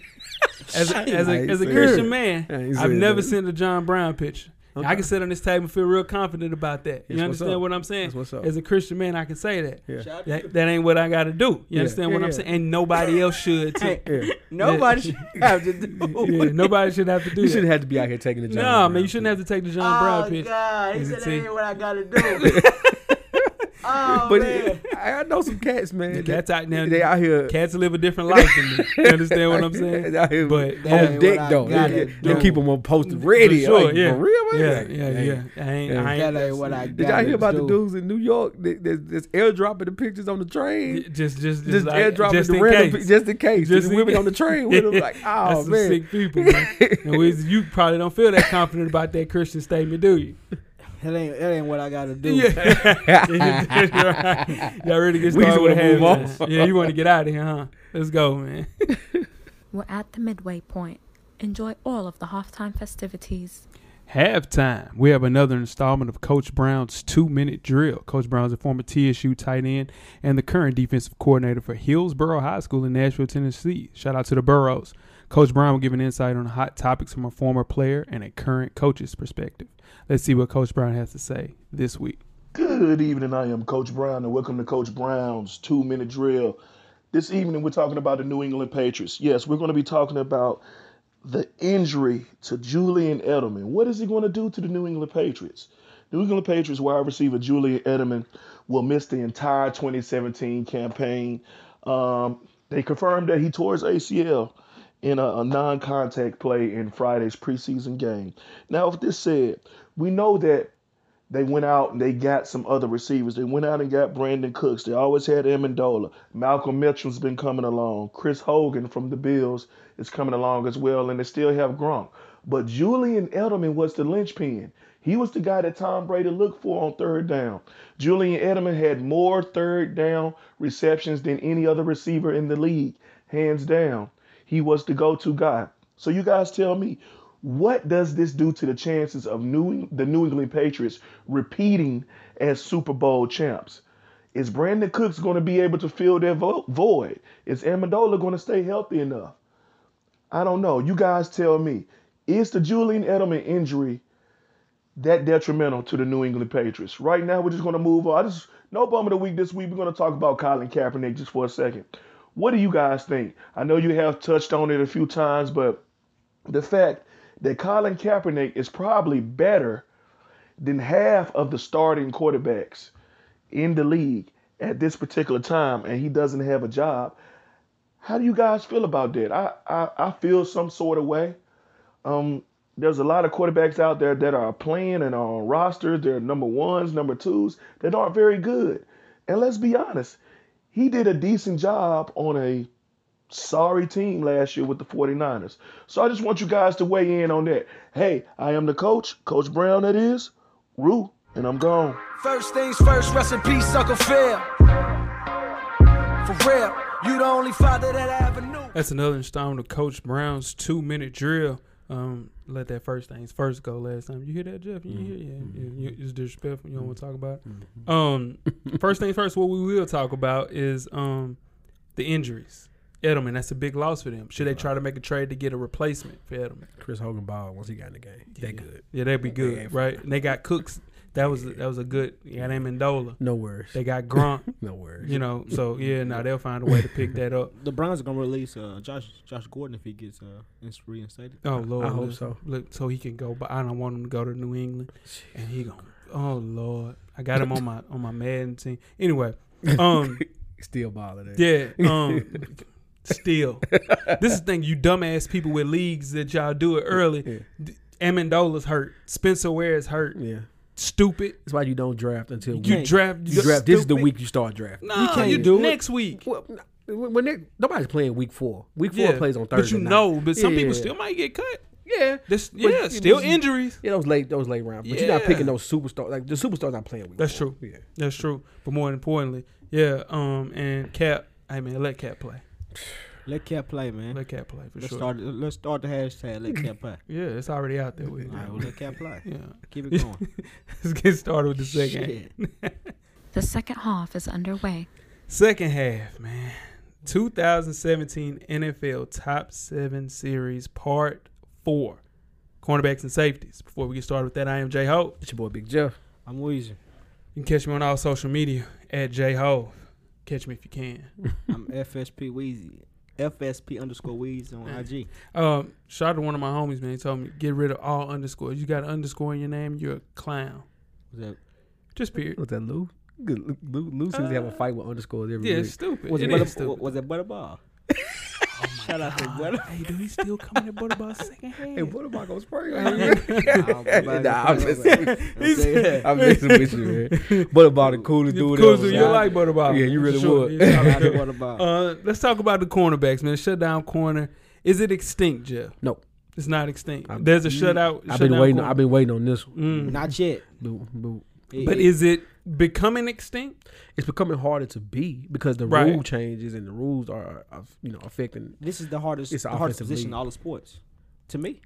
As a, as I a, ain't as a saying Christian that. man, I ain't I've saying never that. seen a John Brown picture. And I Okay. can sit on this table and feel real confident about that. You That's what's understand up. what I'm saying? That's what's up. As a Christian man, I can say that. Yeah. Shout out to That, that ain't what I got to do. You Yeah. understand what Yeah, I'm yeah. saying? And nobody else should too. Hey, yeah. Nobody should have to do. yeah, nobody should have to do You that. shouldn't have to be out here taking the job. no, man, you shouldn't have to take the John Brown Oh picture. God, he Is it said that tea? ain't what I gotta do. oh But man, I I know some cats, man. Cats out now. They out here. Cats live a different life than me. You understand what I'm saying? They out here But That on ain't deck what I though. gotta They, they do. keep them on posted ready. For sure, like, yeah. For real, yeah, man. yeah, yeah, Dang. I ain't, Yeah. I that ain't ain't what I gotta do. Did y'all hear about the dudes in New York that, that, that's airdropping the pictures on the train? just, just, just, Just like, airdropping just the in random case. pi- just in case. Just Just in women case. on the train with them, like, oh That's man. some sick people, man. and we, you probably don't feel that confident about that Christian statement, do you? That ain't that ain't what I gotta do. Yeah. Y'all ready to get We just started with wanna move halftime? on. Yeah, you want to get out of here, huh? Let's go, man. We're at the midway point. Enjoy all of the halftime festivities. Halftime. We have another installment of Coach Brown's two-minute drill. Coach Brown's a former TSU tight end and the current defensive coordinator for Hillsborough High School in Nashville, Tennessee. Shout out to the Burrows. Coach Brown will give an insight on hot topics from a former player and a current coach's perspective. Let's see what Coach Brown has to say this week. Good evening. I am Coach Brown, and welcome to Coach Brown's Two Minute Drill. This evening, we're talking about the New England Patriots. Yes, we're going to be talking about the injury to Julian Edelman. What is he going to do to the New England Patriots? New England Patriots wide receiver Julian Edelman will miss the entire 2017 campaign. Um, they confirmed that he tore his ACL in a, a non contact play in Friday's preseason game. Now, with this said, we know that they went out and they got some other receivers. They went out and got Brandon Cooks. They always had Amendola. Malcolm Mitchell's been coming along. Chris Hogan from the Bills is coming along as well, and they still have Gronk. But Julian Edelman was the linchpin. He was the guy that Tom Brady looked for on third down. Julian Edelman had more third down receptions than any other receiver in the league, hands down. He was the go to guy. So, you guys tell me, what does this do to the chances of New, the New England Patriots repeating as Super Bowl champs? Is Brandon Cooks going to be able to fill their vo- void? Is Amendola going to stay healthy enough? I don't know. You guys tell me. Is the Julian Edelman injury that detrimental to the New England Patriots? Right now, we're just going to move on. I just No bum of the week this week. We're going to talk about Colin Kaepernick just for a second. What do you guys think? I know you have touched on it a few times, but the fact that Colin Kaepernick is probably better than half of the starting quarterbacks in the league at this particular time, and he doesn't have a job. How do you guys feel about that? I, I, I feel some sort of way. Um, there's a lot of quarterbacks out there that are playing and are on rosters. They're number ones, number twos that aren't very good. And let's be honest, he did a decent job on a sorry team last year with the 49ers. So I just want you guys to weigh in on that. Hey, I am the coach, Coach Brown, that is, Rue, and I'm gone. First things first, rest in peace, Uncle Phil. For real, you the only father that I ever knew. That's another installment of Coach Brown's two minute drill. Um, let that first things first go last time. You hear that, Jeff? You hear? Yeah, yeah, you- it's disrespectful. You don't want to talk about it. Um, first things first. What we will talk about is um, the injuries. Edelman, that's a big loss for them. Should they try to make a trade to get a replacement for Edelman? Chris Hogan balled once he got in the game. That good. Yeah, that'd be good, ain't right? And they got Cooks. That was that was a good. Yeah, they Mendola. No worries. They got Grunt. no worries. You know, so yeah, now they'll find a way to pick that up. The Browns are gonna release uh, Josh Josh Gordon if he gets uh, ins- reinstated. Oh Lord, I hope listen. so. Look, so he can go, but I don't want him to go to New England, and he going Oh Lord, I got him on my on my Madden team. Anyway, um, Still balling. it. yeah, um, still, this is the thing. You dumbass people with leagues that y'all do it Yeah. early. D Amendola's hurt. Spencer Ware is hurt. Yeah. Stupid. That's why you don't draft until You week- draft. you draft. This is the stupid. week you start drafting. Nah, you can't do do it. next week. Well, n- when they, nobody's playing week four. Week four plays on Thursday. But you night. know, but some Yeah. people still might get cut. yeah. This, But- yeah, still but you- injuries. Yeah, those late those late rounds. But you're not Yeah. picking those superstars. Like the superstars not playing week. That's four. true. Yeah. That's true. But more importantly, yeah. Um, and Cap. I mean, let Cap play. Let Cap play, man. Let Cap play for let's sure. start. Let's start the hashtag. Let Cap play. Yeah, it's already out there with All right, well, you. let Cap play. Yeah, Keep it going. let's get started with the second. Shit. The second half is underway. Second half, man. 2017 NFL Top 7 Series Part 4. Cornerbacks and safeties. Before we get started with that, I am J Hope. It's your boy Big Jeff. I'm wheezing. You can catch me on all social media at J Hope. Catch me if you can. I'm FSP Wheezy. FSP underscore Wheezy on IG. Um, shout out to one of my homies, man. He told me get rid of all underscores. You got an underscore in your name, you're a clown. Was that Just period. What's that, Lou? Good. Lou, Lou, Lou seems to have a fight with underscores every Uh, Yeah, week. it's stupid. was it it, is butter, stupid. was it Butterball? Oh Shout out to Butter. hey, do he still coming at Butterball second Hey, half? what am I gonna spray? Nah, I'm just- I'm messing with you, man. What about the coolest dude? Cool, ever? dude, you like Butterball? Yeah, you really would. would. Butterball. uh, let's talk about the cornerbacks, man. Shutdown corner. Is it extinct, Jeff? No, It's not extinct. I'm- There's a shutout. I've shutdown been waiting. corner. I've been waiting on this one. Mm. Not yet. Boo, boo. But is it becoming extinct? It's becoming harder to be because the Right. rule changes and the rules are, are you know, affecting this is the hardest, it's the an hardest offensive position league. in all of sports, to me,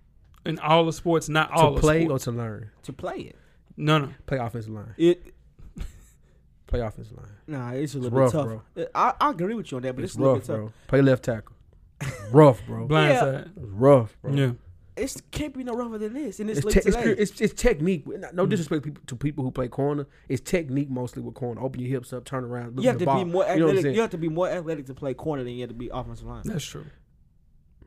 In all the sports, not all to the play sports. or to learn. to play it. No, no. Play offensive line. It Play offensive line. nah, it's It's a little rough, bit bro. tough. Uh, I, I agree with you on that, but It's it's, a little rough, bit tough. bro. Play left tackle. rough, bro. It's Blindside. rough, bro. Yeah. It can't be no rougher than this in this It's, league te- it's, today. pure- it's, it's technique. No- Mm. No disrespect people, to people who play corner. It's technique mostly with corner. Open your hips up, turn around. Look you at have the to ball. be more You know what I'm athletic. You, saying? have to be more athletic to play corner than you have to be offensive line. That's true.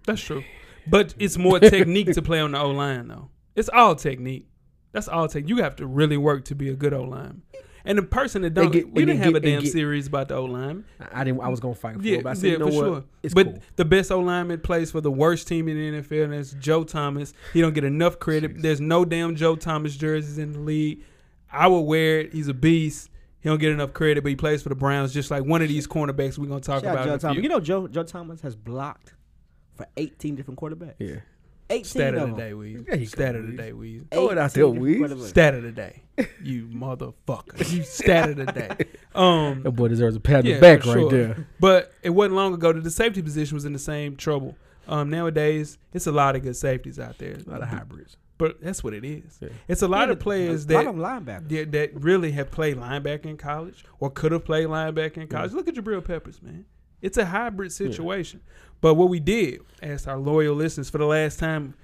That's true. But it's more technique to play on the O line though. It's all technique. That's all tech. You have to really work to be a good O line. And the person that They don't, get- we and they didn't have get- a and damn get- series about the O line. I, I didn't. I was gonna fight for Yeah, it, but I said, yeah, you know for what? sure. It's but cool. the best O lineman plays for the worst team in the NFL, and that's Joe Thomas. He don't get enough credit. There's no damn Joe Thomas jerseys in the league. I would wear it. He's a beast. He don't get enough credit, but he plays for the Browns, just like one of these cornerbacks we're gonna talk Shout out about. in Joe a few. Thomas. You know Joe Joe Thomas has blocked for 18 different quarterbacks. Yeah. 18 Stat of of the them. day, Weez. There you go, Stat of the Weez. day, Weez. Throw it out there, 18 different Weez. quarterbacks. Stat of the day. You motherfucker. You stat of the day. Um, That boy deserves a pat on Yeah, the back for right sure. there. but it wasn't long ago that the safety position was in the same trouble. Um, nowadays, it's a lot of good safeties out there. A lot of hybrids. But that's what it is. Mm. Yeah. It's a lot of players that bottom linebacker. that- that really have played linebacker in college or could have played linebacker in college. Look at Jabril Peppers, man. It's a hybrid situation. But what we did, asked our loyal listeners for the last time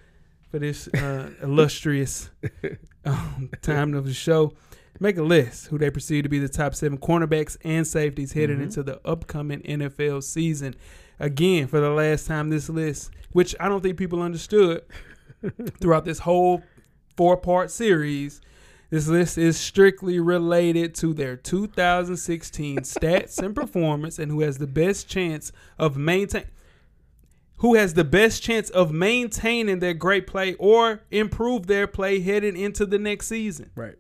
for this uh, illustrious um, time of the show, Make a list who they perceive to be the top seven cornerbacks and safeties headed into the upcoming NFL season. Again, for the last time, this list, which I don't think people understood throughout this whole four part series, this list is strictly related to their 2016 stats and performance and who has the best chance of maintain who has the best chance of maintaining their great play or improve their play heading into the next season. Right.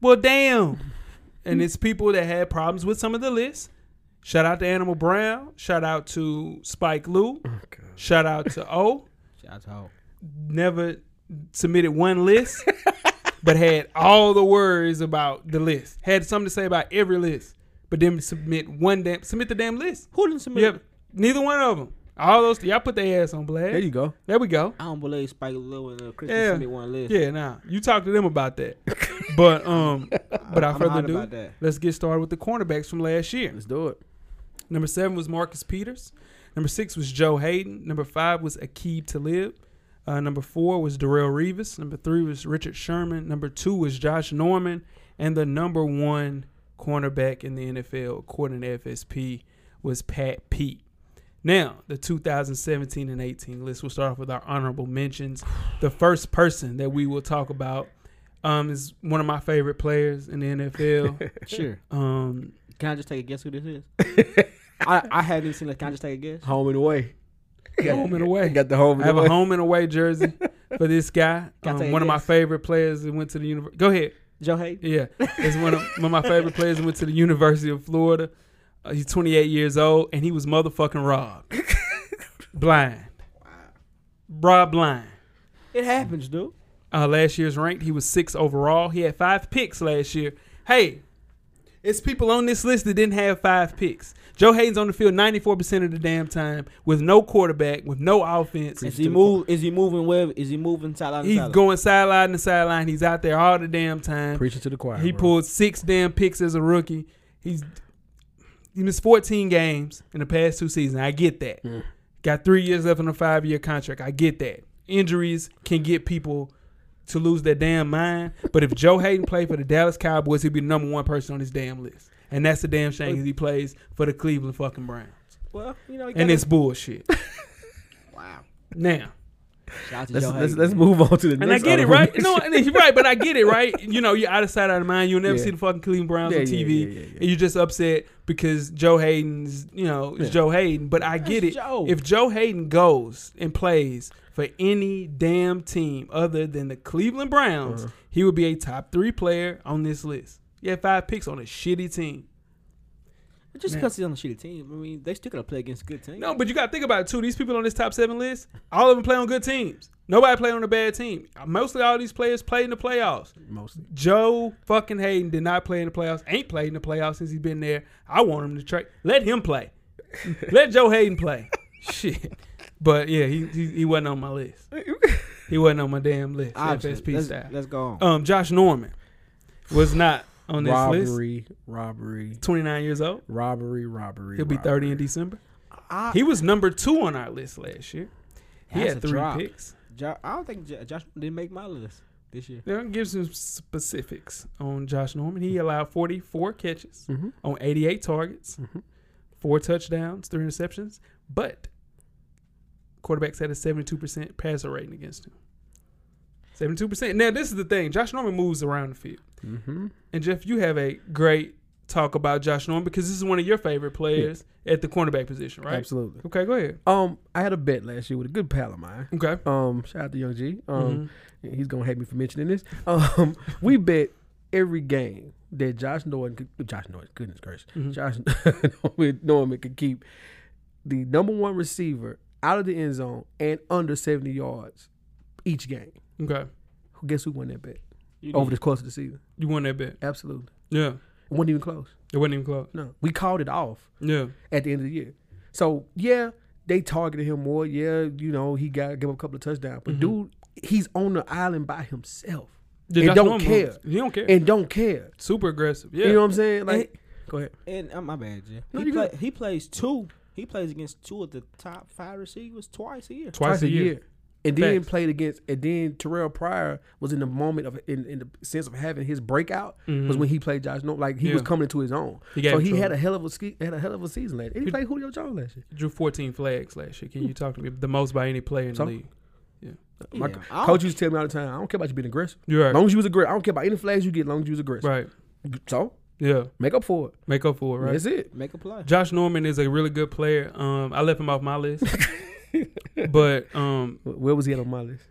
Well, damn. And it's people that had problems with some of the lists. Shout out to Animal Brown. Shout out to Spike Lou. Shout out to O. Shout out. Never submitted one list, but had all the words about the list. Had something to say about every list, but didn't submit one damn submit the damn list. Who didn't submit? Yep, neither one of them. All those y'all put their ass on blast. There you go. There we go. I don't believe Spike Lee and uh, Christian Yeah. submit one list. Yeah, nah. You talk to them about that. but um but I I'm further hot ado, about that. let's get started with the cornerbacks from last year. Let's do it. Number seven was Marcus Peters. Number six was Joe Hayden. Number five was Akib Talib. Uh, number four was Darrell Revis. Number three was Richard Sherman. Number two was Josh Norman. And the number one cornerback in the NFL, according to FSP, was Pat Pete. Now, the 2017 and 18 list. We'll start off with our honorable mentions. The first person that we will talk about um, is one of my favorite players in the NFL. Sure. um, Can I just take a guess who this is? I, I haven't even seen it. Can I just take a guess? Home and away. home and away. Got the home I and have away. a home and away jersey for this guy. Can I Um, tell you one of my this? favorite players that went to the university. Go ahead. Joe Hayden. Yeah, it's one of, one of my favorite players that went to the University of Florida. Uh, he's 28 years old and he was motherfucking robbed, blind, robbed blind. It happens, dude. Uh, last year's ranked, he was six overall. He had five picks last year. Hey, it's people on this list that didn't have five picks. Joe Hayden's on the field 94% of the damn time with no quarterback, with no offense. Is he move? Is he moving? Where is he moving? Sideline. to He's sideline? going sideline to sideline. He's out there all the damn time. Preaching to the choir. he bro. pulled six damn picks as a rookie. He's he missed 14 games in the past two seasons. I get that. Got three years left on a five year contract. I get that. Injuries can get people to lose their damn mind. But if Joe Hayden played for the Dallas Cowboys, he'd be the number one person on his damn list. And that's the damn shame 'cause he plays for the Cleveland fucking Browns. Well, you know. He And gotta- it's bullshit. wow. Now, Shout out to Let's, Joe let's, Hayden. let's move on to the next. And I get it, honorable right? mention. No, and you're right, but I get it, right? You know, you're out of sight, out of mind. You'll never Yeah. see the fucking Cleveland Browns Yeah, on yeah, TV. yeah, yeah, yeah. And you're just upset because Joe Hayden's, you know, is Joe Hayden. But I get it. That's Joe. If Joe Hayden goes and plays for any damn team other than the Cleveland Uh-huh. Browns, he would be a top three player on this list. He had five picks on a shitty team. Just because he's on the shitty team, I mean, they still gotta play against good teams. No, but you got to think about it too. These people on this top seven list, all of them play on good teams. Nobody play on a bad team. Mostly all these players play in the playoffs. Mostly. Joe fucking Hayden did not play in the playoffs. Ain't played in the playoffs since he's been there. I want him to trade. Let him play. Let Joe Hayden play. Shit. But yeah, he, he he wasn't on my list. He wasn't on my damn list. Obviously. FSP let's, style. let's go on. Um, Josh Norman was not on this list. Robbery, robbery, Twenty nine years old. robbery, robbery. He'll be robbery. thirty in December. I, He was number two on our list last year. He That's had a three drop. picks. Jo- I don't think Jo- Josh didn't make my list this year. They're gonna give some specifics on Josh Norman. Mm-hmm. He allowed 44 catches on 88 targets, Mm-hmm. four touchdowns, three interceptions, but quarterbacks had a 72% passer rating against him. 72%. Now, this is the thing Josh Norman moves around the field. Mm-hmm. And Jeff, you have a great talk about Josh Norman because this is one of your favorite players at the cornerback position, right? Absolutely. Okay, go ahead. Um, I had a bet last year with a good pal of mine. Okay. Um, shout out to Young G. Um, Mm-hmm. he's gonna hate me for mentioning this. Um, we bet every game that Josh Norman, could, Josh Norman, goodness gracious, Mm-hmm. Mm-hmm. Josh Norman, Norman could keep the number one receiver out of the end zone and under seventy yards each game. Okay. Guess who won that bet You over did. the course of the season? You won that bet. Absolutely, Yeah. it wasn't even close. It wasn't even close. No, we called it off. Yeah. at the end of the year. So yeah, they targeted him more. Yeah, you know he got give up a couple of touchdowns, but dude, he's on the island by himself Yeah, and Josh don't Norman care moves. He don't care. and don't care. Super aggressive. Yeah. You know what I'm saying? Like, And- go ahead. And uh, my bad, Jeff. No, he, you play, good. he plays two. He plays against two of the top five receivers twice a year. twice, a year. and then Facts. played against and then Terrell Pryor was in the moment of in, in the sense of having his breakout was when he played Josh Norman. Like he was Yeah. coming into his own. He gave so him he had trouble. a hell of a ski, had a hell of a season last year. And he played Julio Jones last year. Drew 14 flags last year. Can you talk to me? The most by any player in So? the league. My Yeah. co- I don't- coach used to tell me all the time, I don't care about you being aggressive. You're As right. long as you was aggressive, I don't care about any flags you get. As long as you was aggressive. Right. So Yeah. make up for it. Make up for it, right? That's it. Make a play. Josh Norman is a really good player. Um, I left him off my list, but um, Wh- Where was he at on my list?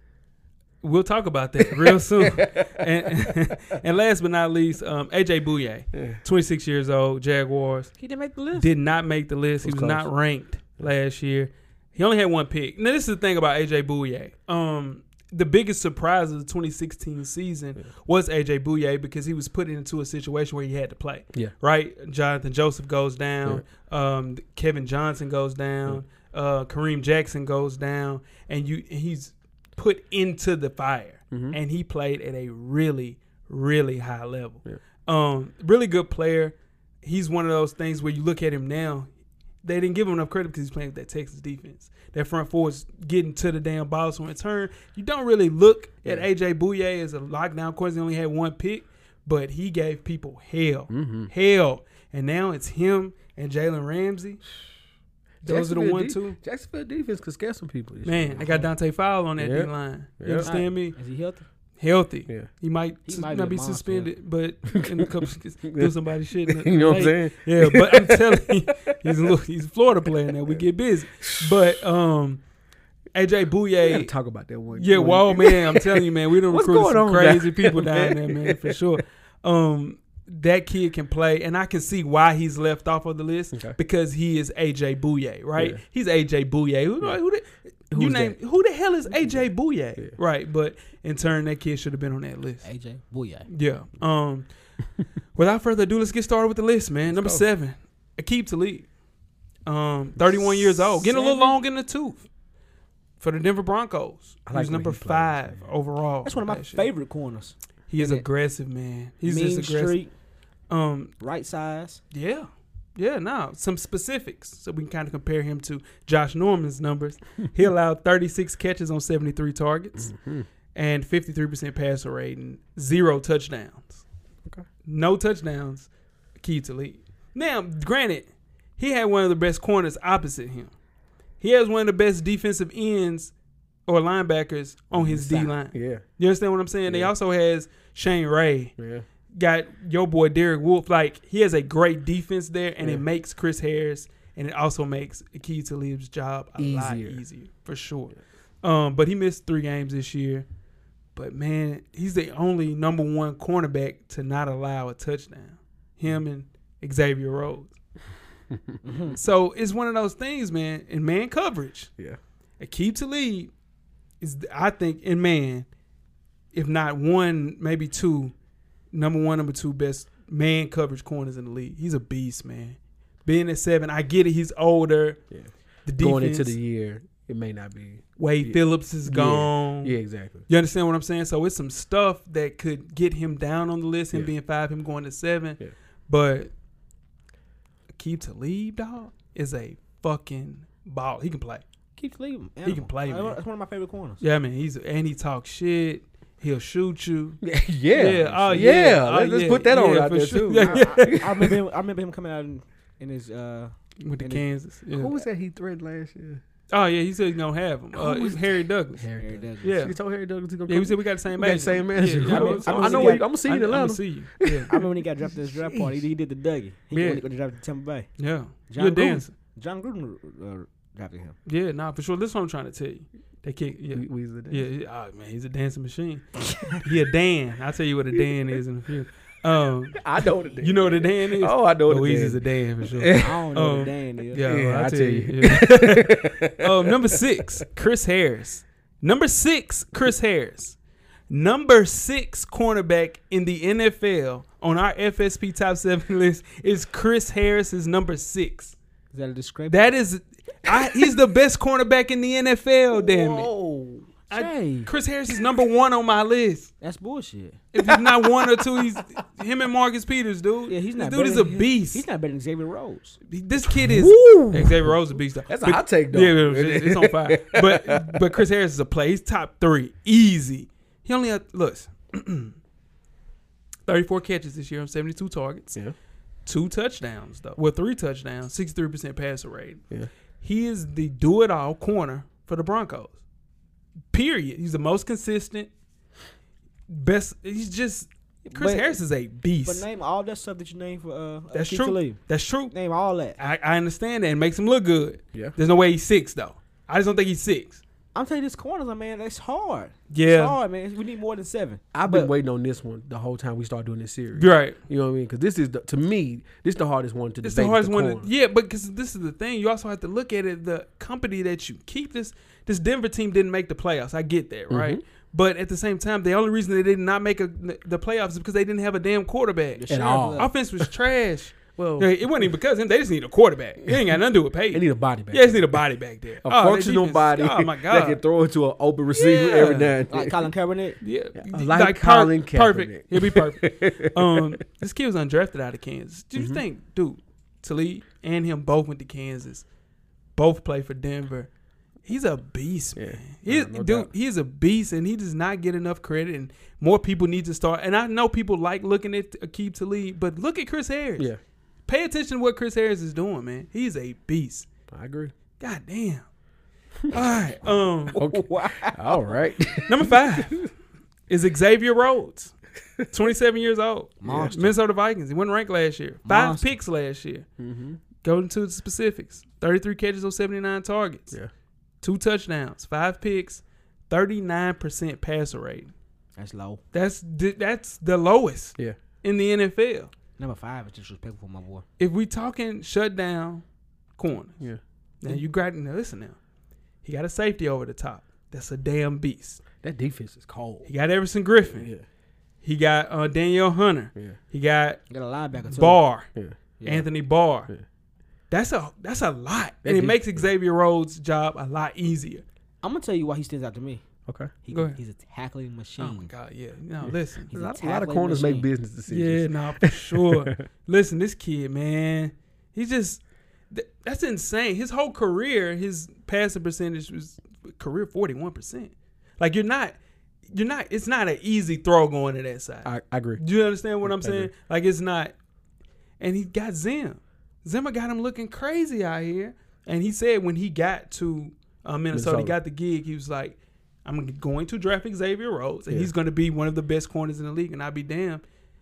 we'll talk about that real soon. and, and last but not least, um, AJ Bouye, 26 years old, Jaguars, He didn't make the list. did not make the list. He was Was not close. ranked last year. He only had one pick. Now this is the thing about AJ Bouye. Um, the biggest surprise of the 2016 season was AJ Bouye because he was put into a situation where he had to play. Yeah. Right. Jonathan Joseph goes down. Um, th- Kevin Johnson goes down. Uh, Kareem Jackson goes down, and you and he's put into the fire, and he played at a really, really high level. Um, really good player. He's one of those things where you look at him now. They didn't give him enough credit because he's playing with that Texas defense. That front four is getting to the damn ball. So in turn, you don't really look at AJ Bouye as a lockdown. Of course, he only had one pick, but he gave people hell, Hmm. hell. And now it's him and Jalen Ramsey. Those are the Jacksonville one de- two. Jacksonville defense could scare some people. this year. Man, I got Dante Fowle on that Yeah. D line. You Yeah. understand me? Is he healthy? Healthy. Yeah. He might, He sus- might be not a be monster. suspended, but in a couple do somebody shit. in the- You know what I'm late. saying? Yeah, but I'm telling you, he's a, little, he's a Florida player now. We get busy, but um, AJ We gotta Bouye, talk about that one. yeah, one- wow, man, I'm telling you, man, we don't What's recruit going some on crazy down people there, down there, man, for sure. Um, that kid can play, and I can see why he's left off of the list Okay. because he is AJ Bouye, right? Yeah. He's AJ Bouye. Who, who the, you Who's name that? who the hell is AJ Bouye, Yeah. right? But in turn, that kid should have been on that list. AJ Bouye. Yeah. Um. without further ado, let's get started with the list, man. Number go. seven, Akeem Talib, um, thirty-one years old, getting a little Seven? long in the tooth for the Denver Broncos. I like He's the way number he plays, five overall. That's one of my last year. favorite corners. He is Isn't it? aggressive, man. He's mean just aggressive. streak, Um. right size. Yeah. Yeah, now some specifics so we can kind of compare him to Josh Norman's numbers. he allowed 36 catches on 73 targets Mm-hmm. and 53% passer rate and zero touchdowns. Okay. No touchdowns, key to lead. Now, granted, he had one of the best corners opposite him. He has one of the best defensive ends or linebackers on his D Side. line. Yeah, You understand what I'm saying? They Yeah. also has Shane Ray yeah. got your boy Derek Wolf. Like he has a great defense there, and Yeah. it makes Chris Harris and it also makes Akeem Talib's job a lot Easier. easier for sure. Um, but he missed three games this year. But man, he's the only number one cornerback to not allow a touchdown. Him and Xavier Rhodes. so it's one of those things, man. In man coverage, Yeah. Akeem Talib is, I think, in man, if not one, maybe two, number one, number two best man coverage corners in the league. He's a beast, man. Being at seven, I get it. He's older. Yeah. The defense, Going into the year, it may not be. Wade yeah. Phillips is gone. Yeah, exactly. You understand what I'm saying? So it's some stuff that could get him down on the list, him Yeah. being five, him going to seven. Yeah. But Keep Talib, dog, is a fucking ball. He can play. Keeps leaving. He can play, man. That's one of my favorite corners. Yeah, I mean, he's and he talks shit. He'll shoot you. yeah. Yeah. oh, Oh, yeah. yeah. Oh, Let's, let's yeah. put that on Yeah, out for there, sure. too. Yeah. I, I, I remember him. I remember him coming out in, in his. Uh, Went to And he- Kansas. Yeah. Who was that he threatened last year? Oh yeah, he said he's gonna have him. Uh, it's Harry Douglas. Harry Douglas. Yeah. He told Harry Douglas he gonna Yeah, we come. said we got the same We got manager. the same manager. Yeah, I know- mean, I know mean, where yeah. you- I'ma see you I- in I'ma Atlanta. see you. Yeah, I remember when he got drafted in his draft party. He, he did the Dougie. He Yeah. yeah. got drafted to Tampa Bay. yeah. John You're Gruden. dancing. John Gruden uh, drafted him. Yeah, nah, for sure. This is what I'm trying to tell you. They kick. Yeah, We- we was the yeah. yeah. Oh, man, he's a dancing machine. he a Dan. I'll tell you what a Dan is in a few. Um, I know what it is. you know what a Dan is? Oh, I know what it Louise is. is a Dan for sure. I Yeah, don't know Um, the Dan is. well, I'll I tell tell you. yeah. um, number six, Chris Harris. Number six, Chris Harris. Number six cornerback in the NFL on our FSP top seven list is Chris Harris. Is number six. Is that a discrepancy? That is, I, he's the best cornerback in the NFL. Damn it! Whoa. I, Jay. Chris Harris is number one on my list. That's bullshit. If he's not one or two, he's him and Marcus Peters, dude. Yeah, he's not. This dude better is a than- beast. He's not better than Xavier Rose. this kid is Woo! Xavier Rose is a beast. That's a hot take, though. Yeah, yeah, it's, it's on fire. But but Chris Harris is a play. He's top three, easy. He only had look, thirty four catches this year on seventy two targets. Yeah. two touchdowns though. Well, three touchdowns, sixty three percent passer rate. Yeah. He is the do it all corner for the Broncos. Period. He's the most consistent. Best. He's just Chris But- Harris is a But beast. name all that stuff that you named for uh, That's Akeem true. Talib. That's true. Name all that. I, I understand that. It makes him look good. Yeah. There's no way he's six though. I just don't think he's six. I'm telling you, this corners, like, man, that's hard. Yeah. it's hard, man. We need more than seven. I've been But- waiting on this one the whole time we started doing this series. Right. You know what I mean? Because this is the, to me, this the hardest one to. It's the debate at hardest one. To, corner. yeah, but because this is the thing, you also have to look at it. The company that you keep this this Denver team didn't make the playoffs. I get that, right? Mm-hmm. But at the same time, the only reason they did not make a, the playoffs is because they didn't have a damn quarterback. At all. Offense was trash. Well- Yeah, it wasn't even because of him. They just need a quarterback. It ain't got nothing to do with Peyton. They need a body back Yeah, they just need a body back there. a Oh, that functional defense- body. Oh my god, that can throw it to an open receiver Yeah. every now and then. Like Colin Kaepernick. Yeah, Like per- Colin Kaepernick. Perfect. He'll be perfect. um, this kid was undrafted out of Kansas. Do you Mm-hmm. think, dude, Talib and him both went to Kansas, both play for Denver? He's a beast, Yeah. man. He, No, no dude, doubt. he is a beast, and he does not get enough credit. And more people need to start. And I know people like looking at Akeem Talib, but look at Chris Harris. yeah, Pay attention to what Chris Harris is doing, man. He's a beast. I agree. God damn. All right. Um. Okay. All right. Number five is Xavier Rhodes, 27 years old. Monster. Minnesota Vikings. He wasn't ranked last year. Five Monster. Mm-hmm. picks last year. Go into the specifics 33 catches on 79 targets. Yeah. Two touchdowns, five picks, 39% passer rate. That's low. That's th- that's the lowest Yeah. in the NFL. Number five is disrespectful, my boy. If we talking shut down corners, Yeah. now you got now listen now. He got a safety over the top. That's a damn beast. That defense is cold. He got Everson Griffin. Yeah. He got uh, Danielle Hunter. Yeah. He got You got a linebacker too. Barr, Yeah. Anthony Barr. Yeah. That's a that's a lot, That and it did- makes Xavier Rhodes' job a lot easier. I'm gonna tell you why he stands out to me. Okay. He, Go ahead. He's a tackling machine. Oh my God, yeah. No, listen, He's A lot, a tackling lot of corners make machine. business yeah, decisions. no, for sure. listen, this kid, man, he's just th- that's insane. His whole career, his passing percentage was career forty one percent. Like you're not, you're not. It's not an easy throw going to that side. I, I agree. Do you understand what I'm I agree. saying? Like it's not. And he got Zim. Zimmer got him looking crazy out here. And he said when he got to uh, Minnesota, Minnesota. he got the gig. He was like, "I'm going to draft Xavier Rhodes, and Yeah. he's going to be one of the best corners in the league." And I'll be damned,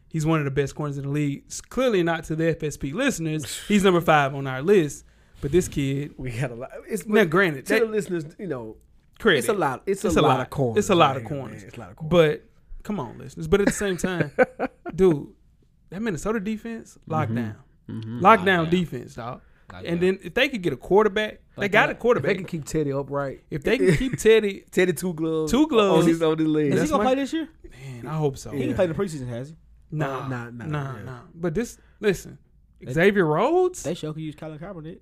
he's one of the best corners in the league. It's clearly not to the FSP listeners. He's number five on our list. But this kid, We got a lot. It's now but granted, to that, the listeners, you know, credit. it's a lot. It's, a, lot, of corners. It's a lot right of here, man. corners. It's a lot of corners. But come on, listeners. But at the same time, dude, that Minnesota defense, lockdown. mm-hmm. Lockdown Lockdown. defense, dog. Lockdown. And then if they could get a quarterback, they Like got that. a if they quarterback. can keep Teddy upright, If they can keep Teddy, Teddy two gloves, Two gloves. on his on his leg. Is he That's gonna my- play this year? man, I hope so. He didn't play the preseason, has he? Nah, Nah, nah, nah, nah, yeah. But this, listen, Xavier Rhodes, They sure could use Colin Kaepernick.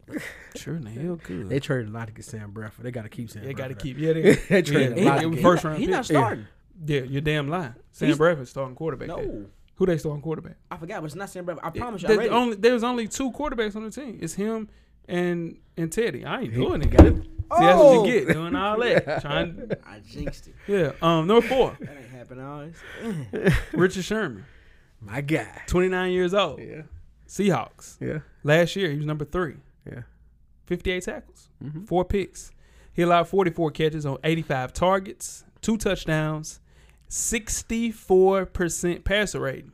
sure in the hell They could. traded a lot to get Sam Bradford. They got to keep Sam. They got to Bradford. keep, yeah, they, They traded yeah, a lot it of was games. first round He's not pick. starting. Yeah, you're damn lying. Sam He's- Bradford starting quarterback. there. No, Who they starting quarterback? I forgot, but it's not Sam Bradford. I Yeah, promise you. I there's read it. only there's only two quarterbacks on the team. It's him and and Teddy. I ain't doing it. Got it. See, that's what Oh! you get doing all that. Trying, I jinxed it. yeah. Um, number four, That ain't happened always. Richard Sherman, My guy. 29 years old, Yeah. Seahawks. Yeah. Last year he was number three, Yeah. 58 tackles, Mm-hmm. four picks. He allowed 44 catches on 85 targets, two touchdowns, 64 percent passer rating.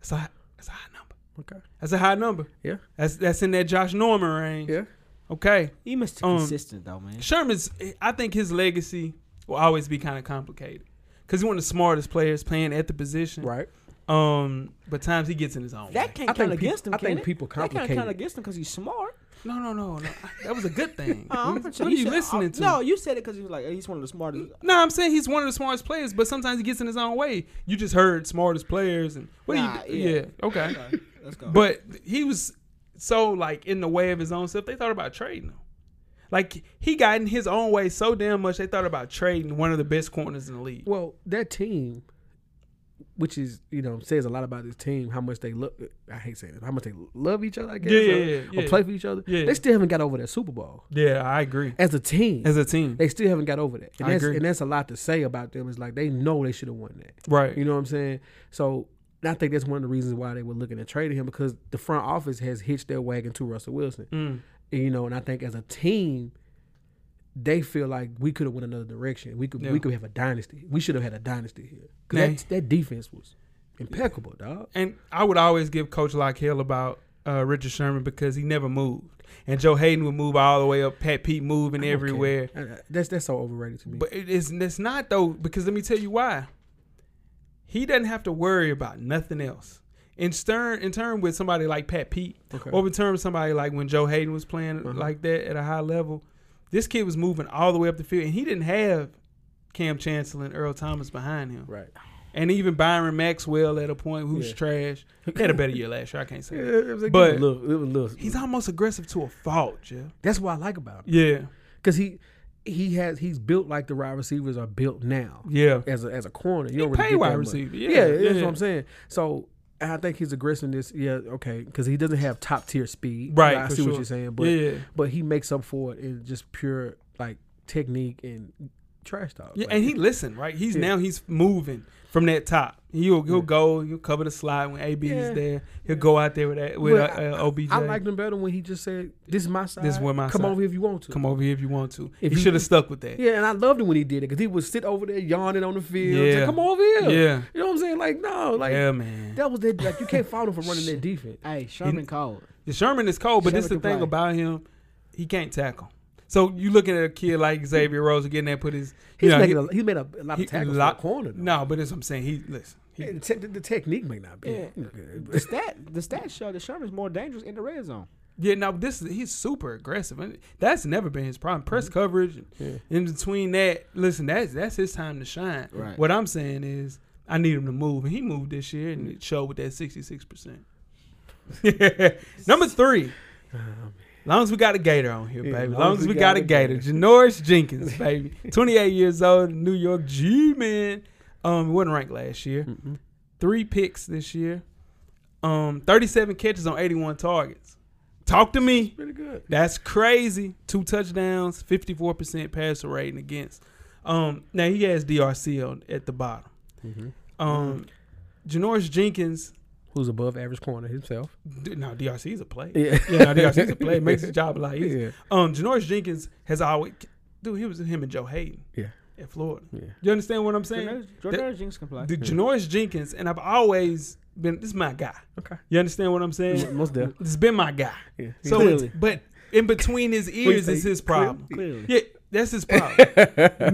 That's a high, that's a high number. Okay. That's a high number. Yeah. That's that's in that Josh Norman range. Yeah. Okay. He must be Um, consistent though, man. Sherman's, I think his legacy will always be kind of complicated because he's one of the smartest players playing at the position. Right. Um, but times he gets in his own. That way. I can't count think against peop- him. I think can it? people That can't complicate it. count against him because he's smart. No, no, no, no. That was a good thing. Uh, I'm what pretty- are said- you listening uh, to? No, you said it because he was like he's one of the smartest. No, I'm saying he's one of the smartest players, but sometimes he gets in his own way. You just heard smartest players, and what Nah, do you? yeah. Yeah, okay. Sorry, Let's go. But he was so like in the way of his own self. They thought about trading him. Like he got in his own way so damn much. They thought about trading one of the best corners in the league. Well, that team, which is you know says a lot about this team, how much they love. I hate saying it, how much they love each other. I guess, Yeah, yeah, or, yeah, or yeah. play for each other. Yeah. They still haven't got over that Super Bowl Yeah, I agree. as a team. As a team, they still haven't got over that, and I that's agree. and that's a lot to say about them. It's like they know they should have won that. right? You know what I'm saying? So and I think that's one of the reasons why they were looking at trading him because the front office has hitched their wagon to Russell Wilson. Mm. And, you know, and I think as a team, they feel like we could have went another direction. We could Yeah. we could have a dynasty. We should have had a dynasty here. 'Cause Nah. that, that defense was impeccable, dog. and I would always give Coach Lockhell about uh, Richard Sherman because he never moved, and Joe Hayden would move all the way up. Pat Pete moving everywhere, I- I- that's that's so overrated to me. but it is it's not though because let me tell you why. He doesn't have to worry about nothing else. In turn, in turn with somebody like Pat Pete, Okay. or in turn with somebody like when Joe Hayden was playing like that at a high level, this kid was moving all the way up the field, and he didn't have Cam Chancellor and Earl Thomas behind him. right. And even Byron Maxwell at a point who's Yeah. trash. He had a better year last year. I can't say It, that. it was like, But- it was a little, it was a little- He's almost aggressive to a fault, yeah. that's what I like about him. Yeah, Because he he has he's built like the wide receivers are built now. yeah. as a as a corner. You He don't really pay get wide that much. receiver. Yeah, Yeah, that's yeah. what I'm saying. So and I think his aggressiveness, yeah, okay, because he doesn't have top tier speed. Right, I for see sure. what you're saying, but Yeah. but he makes up for it in just pure like technique and trash talk. Yeah, Like, and he listen right. He's Yeah. now he's moving from that top. He'll he'll go. He'll cover the slide when AB Yeah. is there. He'll go out there with that with Well, uh, uh, OBJ. I liked him better when he just said, "This is my side. This is where my come side- over if you want to." Come over here if you want to. If he you- should have stuck with that. Yeah, and I loved him when he did it because he would sit over there yawning on the field. Yeah. Say, come over here. Yeah. you know what I'm saying? Like no, like Yeah, man. that was that. Like you can't fault him for running that defense. Hey, Sherman called. Sherman is cold, but this the Sherman thing can about him. He can't tackle. So you looking at a kid like Xavier Rose getting there, put his He's you know, making he- a, he made a, a lot he- of tackles lot- lot, corner. though. No, but that's what I'm saying. He listen. He, Yeah, the, te- the- the technique may not be. Yeah. The stat, the stats show that Sherman's more dangerous in the red zone. Yeah, now this is he's super aggressive, and that's never been his problem. Press coverage, and in between that, listen, that's that's his time to shine. Right. What I'm saying is, I need him to move, and he moved this year and it showed with that 66. percent Number three, long as we got a Gator on here, Yeah, baby. Oh, Long as we got, a Gator, Gator. Janoris Jenkins, baby, 28 years old, New York G-man. Um, wasn't ranked last year. Mm-hmm. Three picks this year. Um, 37 catches on 81 targets. Talk to me. Pretty good. That's crazy. Two touchdowns, 54% passer rating against. Um, now he has DRC on, at the bottom. Mm-hmm. Um, Janoris Jenkins, Who's above average corner himself? d- no, DRC is a play. Yeah. yeah no, DRC is a play. Makes his job a lot easier. Yeah. Um, Janoris Jenkins has always, dude, he was him and Joe Hayden Yeah. at Florida. Yeah. You understand what I'm saying? Jordan Jordan Jenkins can play. The Janoris Jenkins, and I've always been, this is my guy. Okay. You understand what I'm saying? Most definitely. It's been my guy. Yeah. So, Clearly. it's- but in between his ears is say? his problem. Clearly. Yeah, that's his problem.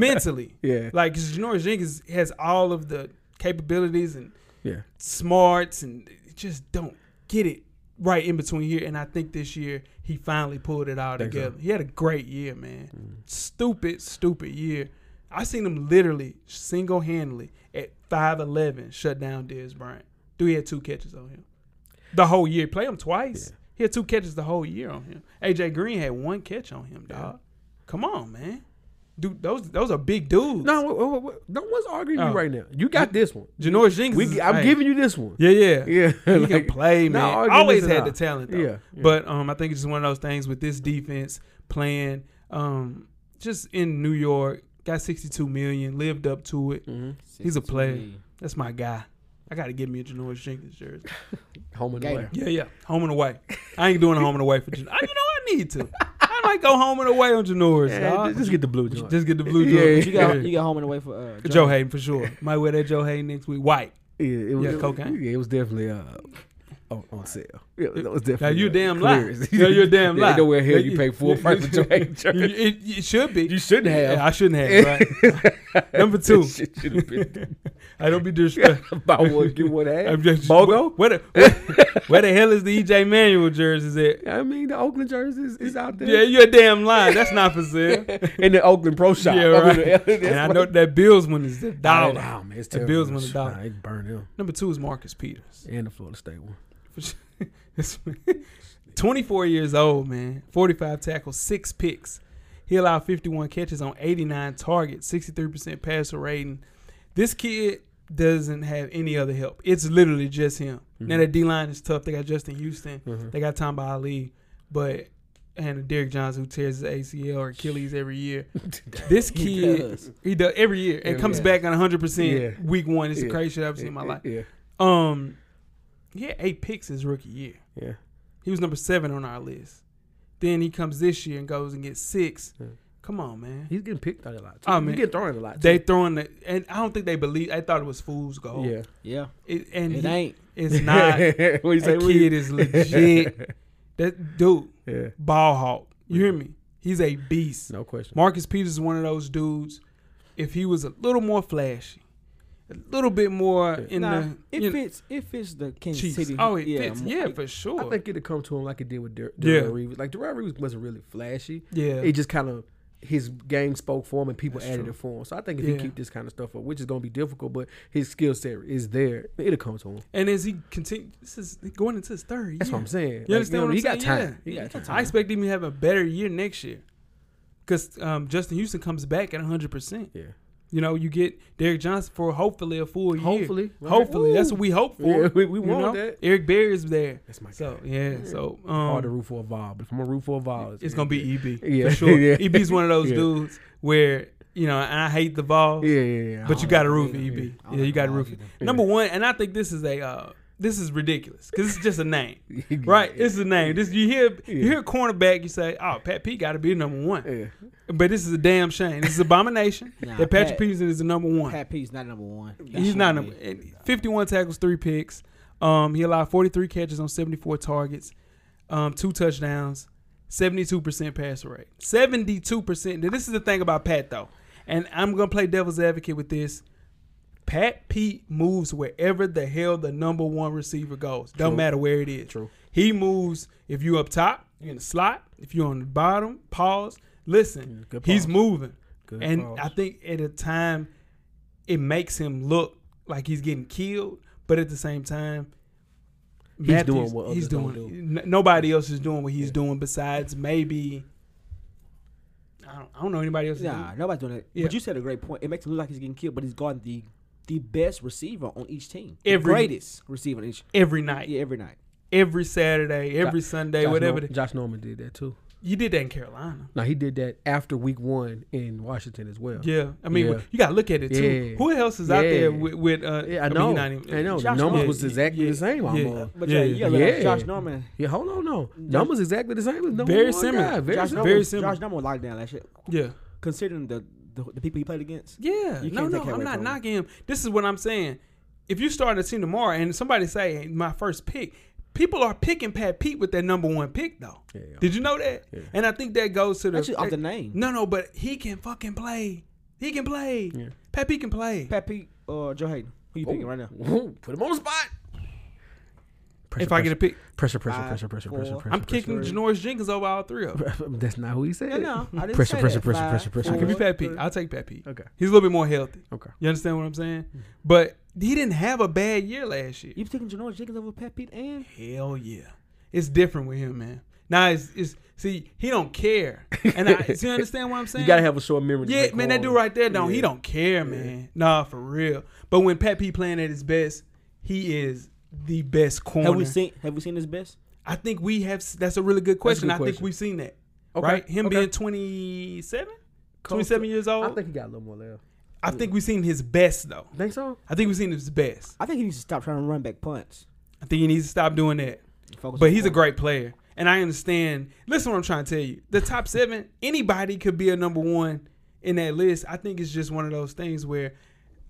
Mentally. Yeah. Like, because Janoris Jenkins has all of the capabilities and Yeah. smarts and it just don't get it right in between here. And I think this year he finally pulled it all together. He had a great year, man. Mm. Stupid, stupid year. I seen him literally single handedly at 5'11 shut down Dez Bryant. Dude, he had two catches on him the whole year. Play him twice. He had two catches the whole year on him. AJ Green had one catch on him, dog. Come on, man. Dude, those those are big dudes. No, what, what, what, no one's arguing Oh. you right now. You got this one. Janoris Jenkins. We, is- I'm hey. giving you this one. Yeah, yeah, Yeah, He can like, play, not man. arguing Always this at had the all. talent, though. Yeah, yeah. But um, I think it's just one of those things with this defense playing, um, just in New York. Got 62 million, lived up to it. Mm-hmm. He's a player. That's my guy. I got to give me a Janoris Jenkins jersey. Home and Gator. away. Yeah, yeah. Home and away. I ain't doing a home and away for Janoris. I- You know I need to. I might go home and away on Janoris. Yeah, dog. just get the blue joint. Just get the blue Yeah, jersey. You got you got home and away for uh, Joe Jordan. Hayden for sure. Might wear that Joe Hayden next week. White. yeah, it was, Yeah, cocaine. Yeah, it was definitely uh, on, on sale. Yeah, that was definitely. Now you uh, damn lie. clearance. No, you're damn Yeah, lie. Ain't nowhere here you Yeah, pay full yeah, price for Jordan yeah, Jordan. It, it should be. You shouldn't have. Yeah, I shouldn't have. Right? Number two. That shit should have been I don't be disrespectful. buy one get one half. I'm just- Bogo. Where the, where, where the hell is the EJ Manuel jerseys at? I mean, the Oakland jerseys is, is out there. Yeah, you're a damn lying. That's not for sale. in the Oakland Pro Shop. Yeah, I mean, right. that's and I what- know that Bills one is the dollar. Nah, man, it's The terrible. Bills won the dollar. Nah, they burn them. Number two is Marcus Peters. And the Florida State one. This- 24 years old, man. 45 tackles, six picks. He allowed 51 catches on 89 targets, 63% passer rating. This kid doesn't have any other help. It's literally just him. Now that D line is tough. They got Justin Houston. They got Tom Ali, but and Derrick Johnson who tears his ACL or Achilles every year. this kid, he does. does. every year and Yeah. comes back on 100 percent Yeah. week one. It's the Yeah. craziest shit I've ever seen in my life. Yeah, Um, he had eight picks his rookie year. yeah. He was number seven on our list. Then he comes this year and goes and gets six. Come on, man. He's getting picked on a lot. Too. Oh, He's man. getting thrown a lot. Too. They oh. throwing the and I don't think they believe. I thought it was fool's gold. yeah. Yeah, It, and it he- ain't. It's not. that what you say? what you- kid is legit. That dude, Yeah. ball hawk. You hear me? He's a beast. No question. Marcus Peters is one of those dudes. If he was a little more flashy, a little bit more in nah, the you it know, fits. It fits the Kansas Chiefs. City. Oh, it yeah, fits. mo- Yeah, for sure. I think it'd come to him like it did with Dur- Yeah. Darrell Reeves. Like Darrell Reeves wasn't really flashy. Yeah. It just kind of his game spoke for him and people That's added true. it for him. So I think if Yeah. he keep this kind of stuff up, which is gonna be difficult, but his skill set is there. It'll come to him. and as he continue, this is going into his third year. That's what I'm saying. You Like, understand know, what I'm he saying? got time. Yeah. He got time. I expect him to have a better year next year. Because um, Justin Houston comes back at 100%. Yeah. You know, you get Derek Johnson for hopefully a full year. Hopefully. Right. Hopefully. That's Woo. what we hope for. Yeah, we- we you want that. Eric Berry's there. That's my So, yeah. So, um, Hard to root for a Vol, but if I'm a root for a Vol, it's going to be EB. E Yeah. For sure. Yeah. EB's one of those Yeah. dudes where, you know, and I hate the ball. Yeah, yeah, yeah. But you got to root for EB. Yeah. Yeah, you got to root for Number one, and I think this is a. Uh, this is ridiculous because it's just a name, right? It's a name. This you hear you hear cornerback, you say, "Oh, Pat Pete got to be number one." But this is a damn shame. This is abomination Nah, that Patrick Pat- Peterson is the number one. Pat P's not number one. That He's shouldn't not be. number. and Fifty-one tackles, three picks. Um, he allowed forty-three catches on seventy-four targets, um, two touchdowns, seventy-two percent pass rate, seventy-two percent. This is the thing about Pat though, and I'm gonna play devil's advocate with this. Pat Pete moves wherever the hell the number one receiver goes. Don't matter where it is. True. He moves if you up top, you in the slot. If you're on the bottom, pause. Listen, good he's pause. moving, Good and pause. I think at a time it makes him look like he's getting killed, but at the same time, He's doing what he's others don't doing. n- nobody else is doing what he's doing besides maybe. I don't, I don't know anybody else. Nah, nobody's doing that. Mm-hmm. Yeah. But you said a great point. It makes it look like he's getting killed, but he's gone the the best receiver on each team. The Every- greatest receiver on each. every night, Yeah, every night. every Saturday, every Josh- Sunday, Josh whatever. Norman, the- Josh Norman did that too. you did that in Carolina. Now he did that after week one in Washington as well. Yeah, I mean, Yeah. you got to look at it too. Yeah. Who else is out there Yeah. with? with uh, Yeah, I, mean, know. he not even- I know. The Josh numbers Norman. was exactly Yeah, the same yeah. almost. But Yeah, yeah, yeah. yeah, yeah. Yeah. Josh Norman. Yeah, hold on, no. Numbers exactly the same as number Very one similar. guy. Very Josh similar. Norman, similar. Josh Norman locked down that shit. Yeah, Considering the, the the people he played against. yeah. You no, can't no, take I'm that away not from him. knocking him. This is what I'm saying. If you start a team tomorrow and somebody say my first pick, people are picking Pat Pete with their number one pick though. Did you know that? And I think that goes to the That's just off the name. No, no, but he can fucking play. He can play. Pat Pete can play. Pat Pete or Joe Hayden. Who you picking Oh. right now? Ooh, Put him on the spot. Pressure, if I get a pick, pressure, pressure, Five, pressure, pressure, pressure, four. pressure. I'm kicking Janoris Jenkins over all three of them. pressure. That's not who he said. No, no, I didn't pressure, say pressure, that. pressure, Five, pressure, pressure, I four. can be pressure. Pat Pete. I'll take Pat Pete. Okay. He's a little bit more healthy. Okay. You understand what I'm saying? Mm-hmm. But he didn't have a bad year last year. You picking Janoris Jenkins over Pat Pete and Hell yeah. It's different with him, man. Now it's, it's see, he don't care. And I see you understand what I'm saying? You gotta have a short memory. to Yeah, make man, that calls. dude right there don't he don't care, man. Nah, for real. But when Pat P playing at his best, he is the best corner. Have we seen Have we seen his best? I think we have s- that's a really good question. good I think question. we've seen that. Okay, Right? Him okay. being 27? Close 27 to- years old? I think he got a little more left. we've seen his best though. Think so? I think we've seen his best. I think he needs to stop trying to run back punts. I think he needs to stop doing that. Focus But on he's a corner. great player. And I understand. Listen, to what I'm trying to tell you. The top seven, anybody could be a number one in that list. I think it's just one of those things where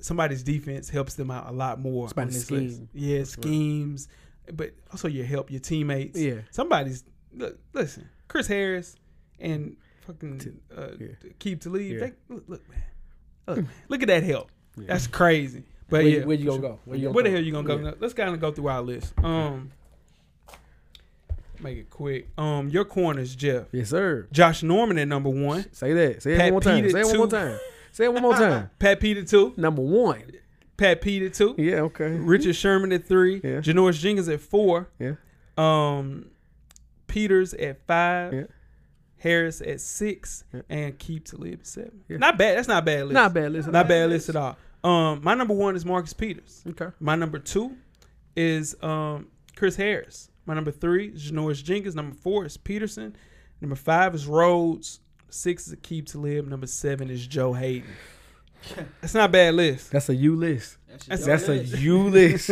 somebody's defense helps them out a lot more. on Somebody's this scheme. list. Yeah, schemes. But also your help, your teammates. Yeah. Somebody's. Look, listen, Chris Harris and fucking uh, yeah. Keith Tlaib. Yeah. They, look, look, man. Look, man. Look at that help. That's crazy. But Where- yeah, where you for gonna go? Where you gonna the go? hell you gonna go? Yeah. Now, Let's kind of go through our list. Um, make it quick. Um, your corners, Jeff. Yes, sir. Josh Norman at number one. Say that. Say it Pat one more time. Pete Say it one more too. time. Say it one more time. Pat Pete at two. Number one. Pat Pete at two. Yeah. Okay. Richard Sherman at three. Yeah. Janoris Jenkins at four. Yeah. Um, Peters at five. Yeah. Harris at six, and Keep to live at seven. Not bad. That's not a bad list. Not a bad list. Not bad, list at all. Um, my number one is Marcus Peters. Okay. My number two is um, Chris Harris. My number three is Janoris Jenkins. Number four is Peterson. Number five is Rhodes. Six is Keep to Live. Number seven is Joe Hayden. That's not a bad list. That's a U list. That's- That's a U list.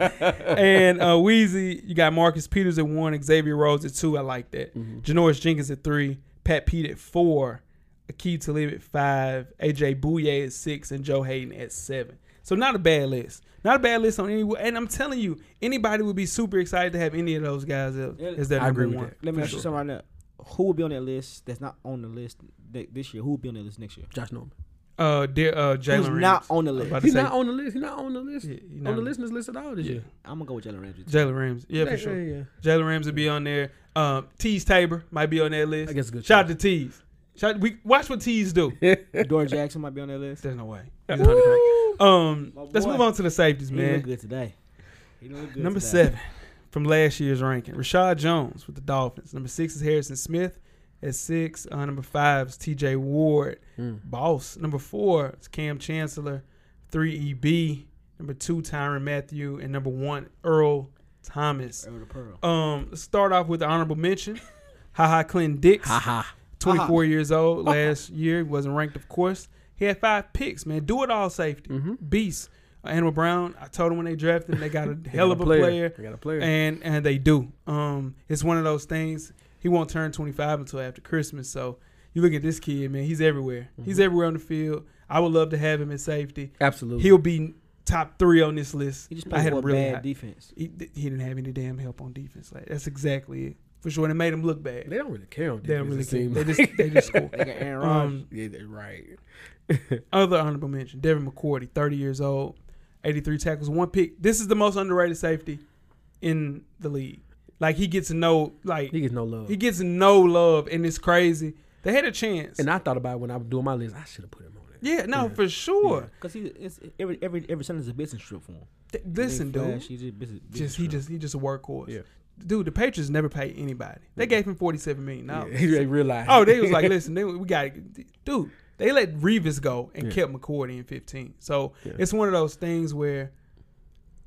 and uh, Wheezy, you got Marcus Peters at one, Xavier Rhodes at two. I like that. Janoris Jenkins at three, Pat Pete at four, Akeem Talib at five, AJ Bouye at six, and Joe Hayden at seven. So not a bad list. Not a bad list on any. And I'm telling you, anybody would be super excited to have any of those guys as Yeah, as their I number agree with one. Let me for ask you sure. something right now. Who will be on that list that's not on the list th- this year? Who will be on that list next year? Josh Norman. Uh, dear, uh, Who's Jalen not Ramsey. on the I was about list? to He's say, not on the list. He's not on the list. Yeah, he on not- the listeners list at all this Yeah. year. I'm gonna go with Jalen Ramsey. Jalen Ramsey. Yeah, for sure. Yeah, yeah. Jalen Ramsey be on there. Um, Tease Tabor might be on that list. I guess a good Shout out to Tease. Shout, we watch what Tease do. Dorian Jackson might be on that list. There's no way. He's not a crack. um, My let's boy. move on to the safeties, He look man. good today. He look good Number today. seven from last year's ranking, Rashad Jones with the Dolphins. Number six is Harrison Smith at six. Uh, number five is T.J. Ward, Mm. boss. Number four is Cam Chancellor, three E.B. Number two Tyron Matthew, and number one Earl Thomas. Earl the Pearl. Um, let's start off with the honorable mention. Haha Clinton Dix. ha. 24 years old last year. He wasn't ranked, of course. He had five picks, man. Do it all safety. Beast. Uh, Animal Brown, I told him when they drafted him, they got a hell got of a a player. player. They got a player. And and they do. Um, it's one of those things. He won't turn 25 until after Christmas. So you look at this kid, man. He's everywhere. He's everywhere on the field. I would love to have him in safety. Absolutely. He'll be top three on this list. He just I played had for a him really bad high. defense. He, he didn't have any damn help on defense. Like, that's exactly it. For sure. And it made him look bad. they don't really care on They don't really defense, care. it They seems just they just score. They got Aaron Rodgers. Um, yeah, they're right. other honorable mention: Devin McCourty, thirty years old, eighty-three tackles, one pick. This is the most underrated safety in the league. Like he gets no like He gets no love. he gets no love, and it's crazy. They had a chance. and I thought about it when I was doing my list. I should have put him on it. yeah, no, for sure. Cause he, it's, every every every Sunday's a business trip for him. Th- listen, Big dude, Flash, He's just business, business just he trip. just he just a workhorse. Yeah. Dude, the Patriots never paid anybody. They gave him forty-seven million dollars. He didn't realize. Oh, they was like, listen, they, we got dude. They let Revis go and kept McCourty in 15. So it's one of those things where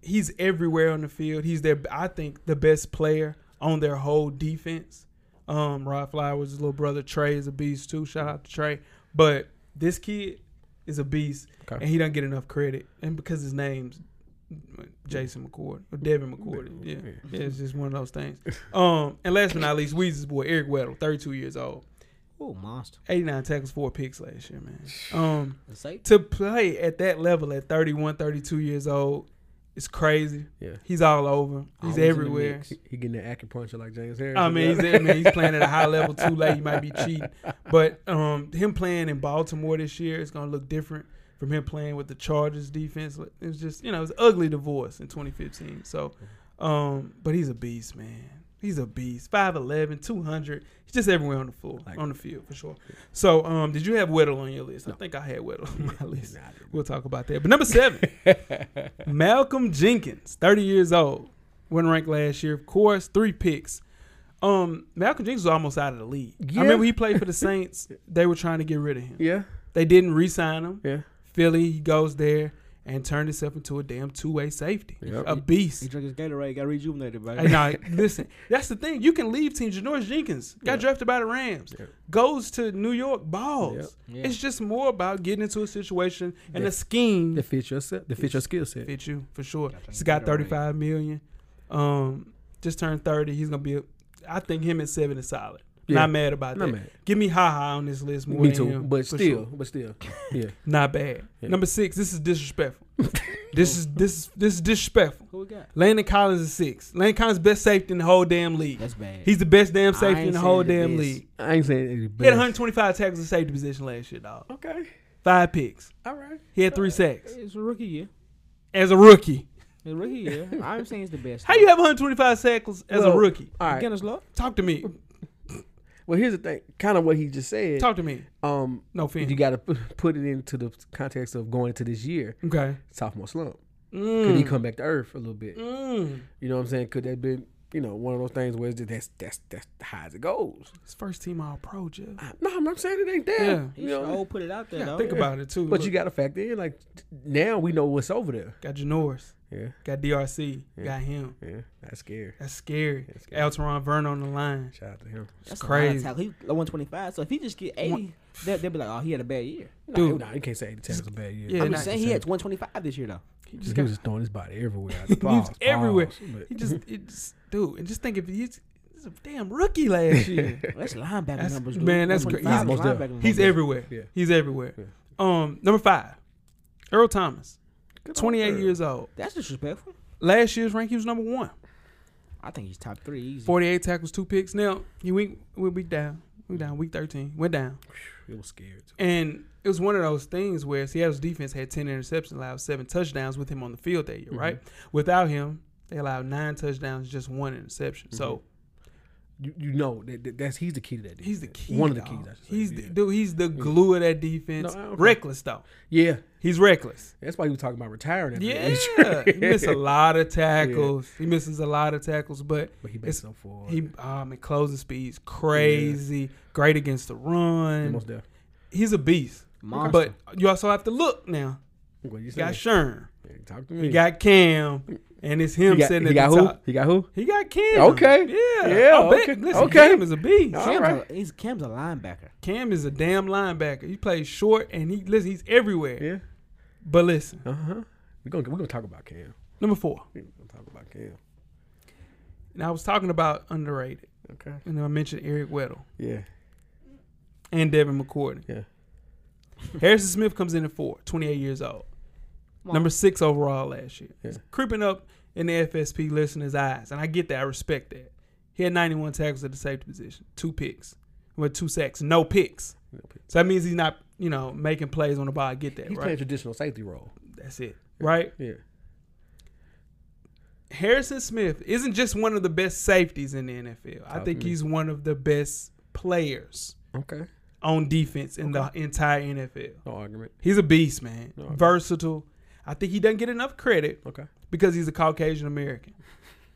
he's everywhere on the field. He's their, I think, the best player on their whole defense. Um, Rod Flowers, his little brother Trey is a beast too. Shout out to Trey. But this kid is a beast, Okay. and he doesn't get enough credit. And because his name's Jason McCourty or Devin McCourty, yeah. yeah, it's just one of those things. Um, and last but not least, Weezy's boy Eric Weddle, 32 years old. oh monster. 89 tackles, four picks last year, man. Um, The safety. to play at that level at 31, 32 years old, it's crazy. Yeah. He's all over. Oh, He's Always in the everywhere. mix. He, he getting that acupuncture like James Harris. I mean, Oh, he's, I mean, he's playing at a high level too late. He might be cheating. But um, him playing in Baltimore this year is going to look different from him playing with the Chargers defense. It's just, you know, it's ugly divorce in 2015. So, um, but he's a beast, man. He's a beast. 5'11, 200. He's just everywhere on the floor, on the field for sure. So, um, did you have Weddle on your list? I think I had Weddle on my list. We'll talk about that. But number seven, Malcolm Jenkins, 30 years old. Went ranked last year, of course. Three picks. Um, Malcolm Jenkins was almost out of the league. I Yeah. remember he played for the Saints. they were trying to get rid of him. yeah, They didn't re-sign him. yeah. Philly, he goes there and turned himself into a damn two-way safety, Yep. a He beast. drank his Gatorade. Got rejuvenated, bro. Hey, now listen, that's the thing. You can leave teams. Janoris Jenkins got drafted by the Rams, goes to New York, balls. Yep. Yeah. It's just more about getting into a situation and a scheme That fits your set. That fits your skill set. fit you for sure. He's got 35 million. Um, just turned 30. He's gonna be. A, I think him at seven is solid. Yeah. Not mad about Not that. mad. Give me Ha Ha on this list more Me than too. him, But for sure. still, but still, yeah. not bad. Number six. This is disrespectful. this is this is this is disrespectful. Who we got? Landon Collins is six. Landon Collins best safety in the whole damn league. That's bad. He's the best damn I safety ain't in the whole saying it damn is. league. I ain't saying it's He had best. 125 tackles in safety position last year, dog. Okay, Five picks. all right. He had three sacks It's a rookie year. as a rookie. It's a rookie year. I'm saying it's the best. How you have 125 tackles as Well, a rookie? All right. Guinness Law? Talk to me. Well, here's the thing. Kind of what he just said. Talk to me. Um, No offense. you got to put it into the context of going into this year okay. sophomore slump. Could he come back to earth a little bit? Mm. You know what I'm saying? Could that been you know, one of those things where it's just, that's that's that's how it goes. It's first team all pro, Jeff. No, I'm not saying it ain't there. Yeah. He You know, sure put it out there, though. Think about it too. but you got to factor in like t- now we know what's over there. got Janoris, Yeah, got DRC, got him. yeah, that's scary. That's scary. Alteron Vern on the line. Shout out to him. That's crazy. crazy. A lot of tackle. he like 125. So if he just get 80, they'll, they'll be like, oh, he had a bad year. Dude. Dude, nah, you can't say 80 tackles a bad year. Yeah, I'm nah, just saying he had 125 this year, though. He He just got was just throwing his body everywhere. Pause, he was pause, everywhere. but- He just, it just, dude, and just think if he's, he's a damn rookie last year. That's linebacker That's- numbers, dude. man, that's cra- 125 he's- is most linebacker numbers. He's everywhere. Yeah. He's everywhere. Um, number five, Earl Thomas, Good old 28 Earl. years old. That's disrespectful. Last year's rank, he was number one. I think he's top three. Easy. 48 tackles, two picks. Now, he went, we week down. We down week 13. Went down. He was scared. too. And it was one of those things where Seattle's defense had 10 interceptions, allowed seven touchdowns with him on the field that year, Mm-hmm. right? Without him, they allowed nine touchdowns, just one interception. So You, you know that, that that's he's the key to that. he's the defense. key. Mm-hmm. One of the dog. keys. I should say. He's yeah. the, dude. He's the glue of that defense. No, I don't- reckless though. yeah, He's reckless. that's why he was talking about retiring. after the Yeah, he injury. missed a lot of tackles. He misses a lot of tackles, but, but he it's- makes up for. it. he um and closing speed's crazy. Great against the He run. almost there. He's a beast. Monster. But you also have to look now. What you You got say? Sherm. Man, Talk to me. You got Cam, and it's him He got, sitting he at got the who? top. He got who? He got Cam. Okay. Yeah. Yeah, I bet- okay. Listen, Okay. Cam is a beast. All Cam's, right. a, he's, Cam's a linebacker. Cam is a damn linebacker. He plays short and he listen, he's everywhere. Yeah. But listen, Uh huh. We're gonna we're gonna talk about Cam. number four. We're gonna talk about Cam. And I was talking about underrated. Okay. And I mentioned Eric Weddle Yeah. and Devin McCourty. Yeah. Harrison Smith comes in at four, 28 years old. Number six overall last year. Yeah. It's creeping up in the FSP listeners' eyes. And I get that. I respect that. He had 91 tackles at the safety position, two picks, with two sacks, no picks. So that means he's not, you know, making plays on the ball. I get that, He's playing right? traditional safety role. That's it, right? Yeah. Harrison Smith isn't just one of the best safeties in the NFL. I Talk think to me. he's one of the best players Okay. on defense in the entire NFL. No argument. He's a beast, man. No, I agree. Versatile. I think he doesn't get enough credit Okay. because he's a Caucasian American.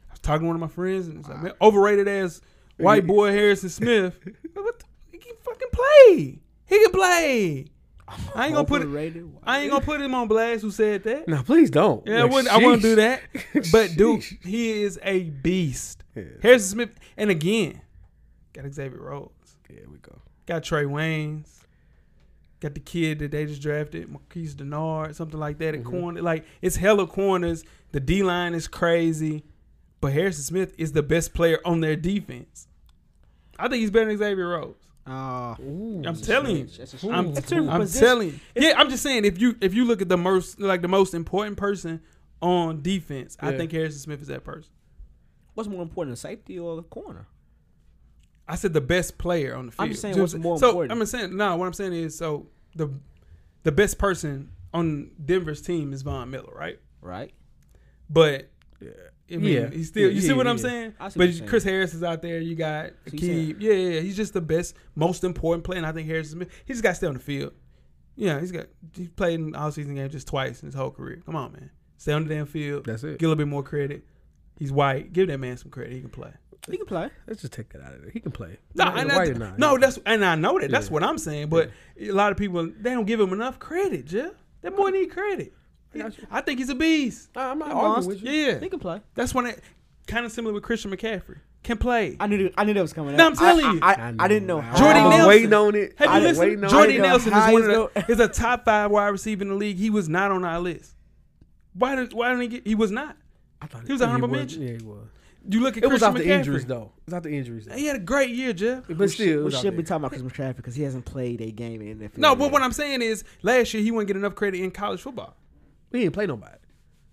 I was talking to one of my friends and it's like, man, overrated as white boy Harrison Smith. what the, he can fucking play. He can play. I ain't gonna put it. Overrated. I ain't gonna put him on blast. Who said that? Now please don't. Yeah, I Like, wouldn't. I wouldn't sheesh. do that. But dude, Sheesh. he is a beast. Yeah. Harrison Smith, and again, got Xavier Rhodes, Here we go. got Trey Waynes, got the kid that they just drafted, Marquise Denard, something like that at Mm-hmm. corner. Like it's hella corners. The D line is crazy, but Harrison Smith is the best player on their defense. I think he's better than Xavier Rhodes. Uh, I'm telling you. that's a shame. I'm, It's a I'm position- telling you. Yeah, I'm just saying if you if you look at the most like the most important person on defense, I Yeah. think Harrison Smith is that person. What's more important, safety or the corner? I said the best player on the field. I'm just saying You know what's I'm more so important. I'm just saying no, what I'm saying is so the the best person on Denver's team is Von Miller, right? Right. But Yeah. I mean, Yeah. he's still. You Yeah, see what yeah, I'm yeah. saying? I see what But you're saying. Chris Harris is out there. You got So you saying- Akeem. Yeah, yeah, yeah. He's just the best, most important player. And I think Harris is. He just got to stay on the field. Yeah, he's got. He played in all season games just twice in his whole career. Come on, man. Stay on the damn field. That's it. Get a little bit more credit. He's white. Give that man some credit. He can play. He can play. Let's just take that out of there. He can play. No, Why- and why I, you not? no, that's and I know that. That's Yeah. what I'm saying. But a lot of people they don't give him enough credit, Jeff. That boy need credit. He- got you. I think he's a beast. Nah, I'm not He arguing lost. with you. Yeah, He can play. that's one. Kind of similar with Christian McCaffrey. Can play. I knew. I knew that was coming. No, up. I'm telling I- you. I, I, I didn't know. how- Jordy I've been Nelson. waiting on it. Have I've you been listened? waiting on Jordy it. How Nelson is he's one of go- the, is a top five wide receiver in the league. He was not on our list. Why did why didn't he get? He was not. I thought He was a honorable was- mention. Yeah, he was. You look at It was Christian off McCaffrey. the injuries though. It was off the injuries. Though. He had a great year, Jeff. But still, it We was out should be there. talking about Christmas traffic because he hasn't played a game in the NFL. No, but yet. what I'm saying is, last year he wouldn't get enough credit in college football. He didn't play nobody.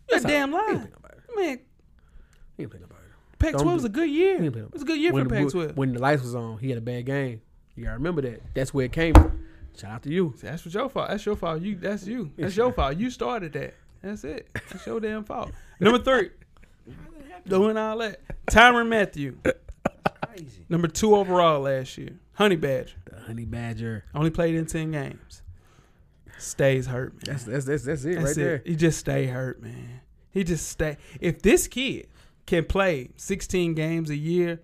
That's damn He didn't lie, play nobody. man. He didn't play nobody. Pac-12 was a good year. He didn't play It nobody. was a good year when for the, Pac-12. When the lights was on, he had a bad game. You gotta remember that. That's where it came. from. Shout out to you. See, that's what your fault. That's your fault. You. That's you. That's your fault. You started that. That's it. That's your damn fault. Number three, doing all that. Tyron Matthew, Crazy. number two overall last year. Honey Badger. The honey badger. Only played in ten games. Stays hurt, man. That's that's that's, that's it That's right it. there. He just stay hurt, man. He just stay. If this kid can play 16 games a year.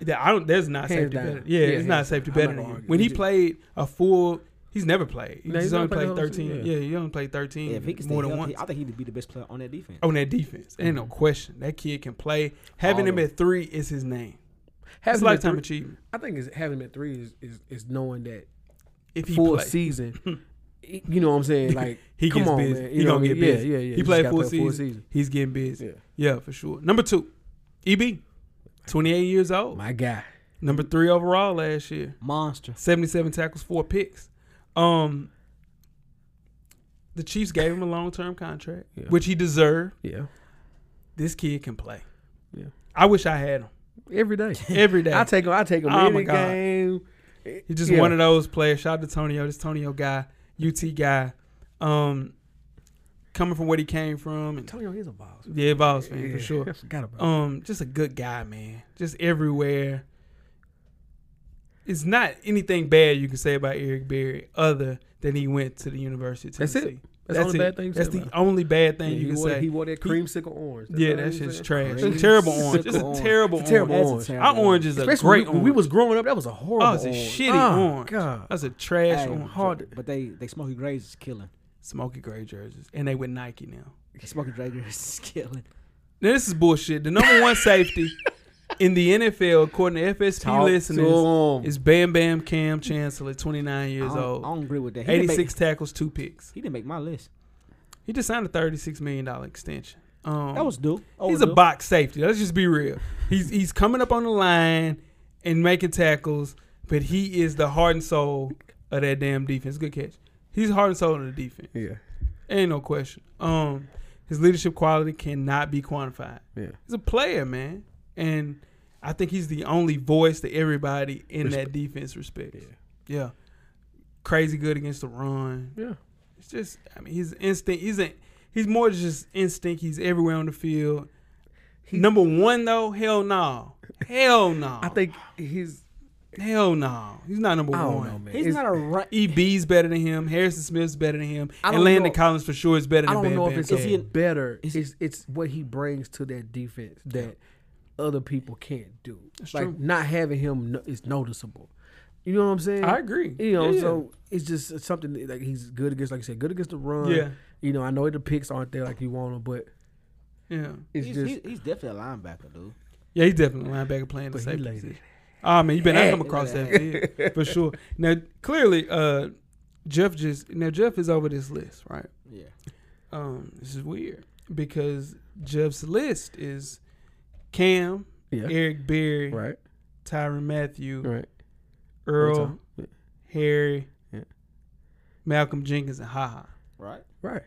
That I don't. There's not Hands safety down. better. Yeah, Yeah, it's hands not down. safety I'm better not than gonna him. argue When with he you. played a full, he's never played. No, he's, he's only never played played the whole season, 13. Yeah. he only played 13. Yeah, if he can stay more than healthy, once Oh. I think he'd be the best player on that defense. on that defense. Ain't no question. That kid can play. Having Mm-hmm. him All of at three is his name. Having It's him at lifetime three- achievement. I think is having him at three is, is, is knowing that If he full plays. season. y- you know what I'm saying? Like He come gets on, busy. Man. he know gonna what I get mean? busy. Yeah, yeah, yeah. He You played just full gotta play season. He's getting busy. Yeah. Yeah. for sure. Number two, EB, 28 years old. My guy. Number three overall last year. Monster. 77 tackles, four picks. Um, the Chiefs gave him a long term contract, Yeah. which he deserved. Yeah. This kid can play. Yeah. I wish I had him Every day. every day. I take him. I take him Oh, my every God. game. He's just Yeah. one of those players. Shout out to Tonyo, this Tonyo guy, UT guy. Um, coming from where he came from, and Antonio is a boss. yeah, Vols fan Yeah, for sure. I forgot about. him. Um, just a good guy, man. Just everywhere. It's not anything bad you can say about Eric Berry other than he went to the University. Of That's it. Tennessee. That's the only bad thing you That's said the about only bad thing Yeah, you he can wore, say. He wore that creamsicle orange. That's yeah, all that I'm shit's saying. trash. It's a Creamsicle terrible orange. It's a orange. terrible It's a terrible orange. That's a orange. terrible Our orange is a Especially great when, we- when we orange. was growing up, that was a horrible. Oh, it's a orange. shitty Oh, orange. God. That's a trash Hey, orange. hard. But they they Smoky Grays is killing. Smoky gray jerseys, and they with Nike now. Smoky Grays is killing. Now this is bullshit. The number one safety in the NFL, according to FSP Talk listeners, to 'em. is Bam Bam Cam Chancellor, 29 I years don't, I old, don't agree with that. He didn't make- 86 tackles, two picks. He didn't make my list. He just signed a 36 million dollar extension. Um, That was due. he's a Overdue. box safety. Let's just be real. He's he's coming up on the line and making tackles, but he is the heart and soul of that damn defense. Good catch. He's the heart and soul of the defense. Yeah, Ain't no question. Um, his leadership quality cannot be quantified. yeah. He's a player, man, and I think he's the only voice that everybody in that defense respects. Yeah. Yeah. crazy good against the run. Yeah. It's just, I mean, his instinct. He's a, he's more just instinct. He's everywhere on the field. Number one though, hell no, hell no. I think his. hell no. He's not number I don't one. know, man. He's It's- not a ra- EB's better than him. Harrison Smith's better than him. I And don't Landon know- Collins for sure is better than I don't Bam know Bam. if it's Cam. Is he an- better. is- it's it's what he brings to that defense that other people can't do. That's like true. not having him no, is noticeable. You know what I'm saying? I agree. You know, Yeah. so it's just it's something that, like he's good against, like you said, good against the run. Yeah. You know, I know the picks aren't there like you want them, but yeah. it's he's, just he's, he's definitely a linebacker, dude. Yeah, he's definitely a linebacker playing the But he safety laid position. Oh man, you better not come Hey. across that field for sure. Now clearly, uh, Jeff just now Jeff is over this list, right? Yeah. Um, this is weird because Jeff's list is Cam, yeah, Eric Berry, right, Tyron Matthew, right. Earl, Yeah. Harry, Yeah. Malcolm Jenkins, and Ha Ha. Right. Right.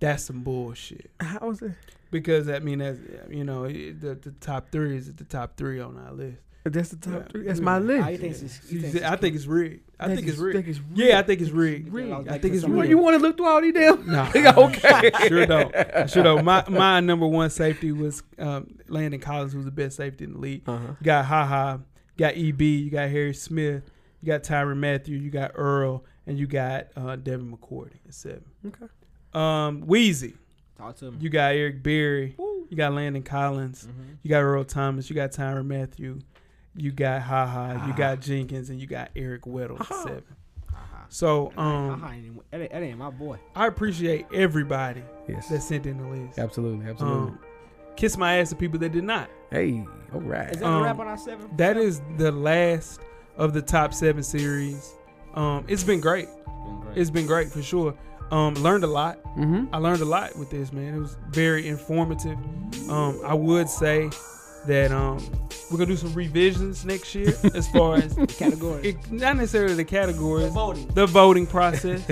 That's some bullshit. How was that? Because I mean, that's you know, it, the, the top three is the top three on our list. That's the top Yeah. three. That's my list. Ah, he thinks it's, he thinks I think it's rigged. I That think it's is- rigged. that is Yeah, I rigged. think it's rigged. Yeah, I was I like, think it's for some Well, rigged. you want to look through all these damn? Nah, okay. sure don't. Sure don't. My my number one safety was um, Landon Collins, who's the best safety in the league. Uh-huh. You got Ha Ha, you got EB, you got Harry Smith, you got Tyron Matthew, you got Earl, and you got uh, Devin McCourty at seven. Okay. Um, Wheezy, Talk to him. you got Eric Berry, you got Landon Collins, Mm-hmm. you got Earl Thomas, you got Tyron Matthew, you got Ha Ha, you got Jenkins, and you got Eric Weddle at seven. So um, I ain't, even- that, ain't, that ain't my boy. I appreciate everybody Yes. that sent in the list. absolutely. Absolutely. Um, kiss my ass to people that did not. hey. All right. Is that Um, a wrap on our seven? That is the last of the top seven series. Um, it's been great. It's been great for sure. Um, learned a lot. Mm-hmm. I learned a lot with this man. It was very informative. Um, I would say that um, we're gonna do some revisions next year as far as category. it, not necessarily the categories, Voting. the voting process,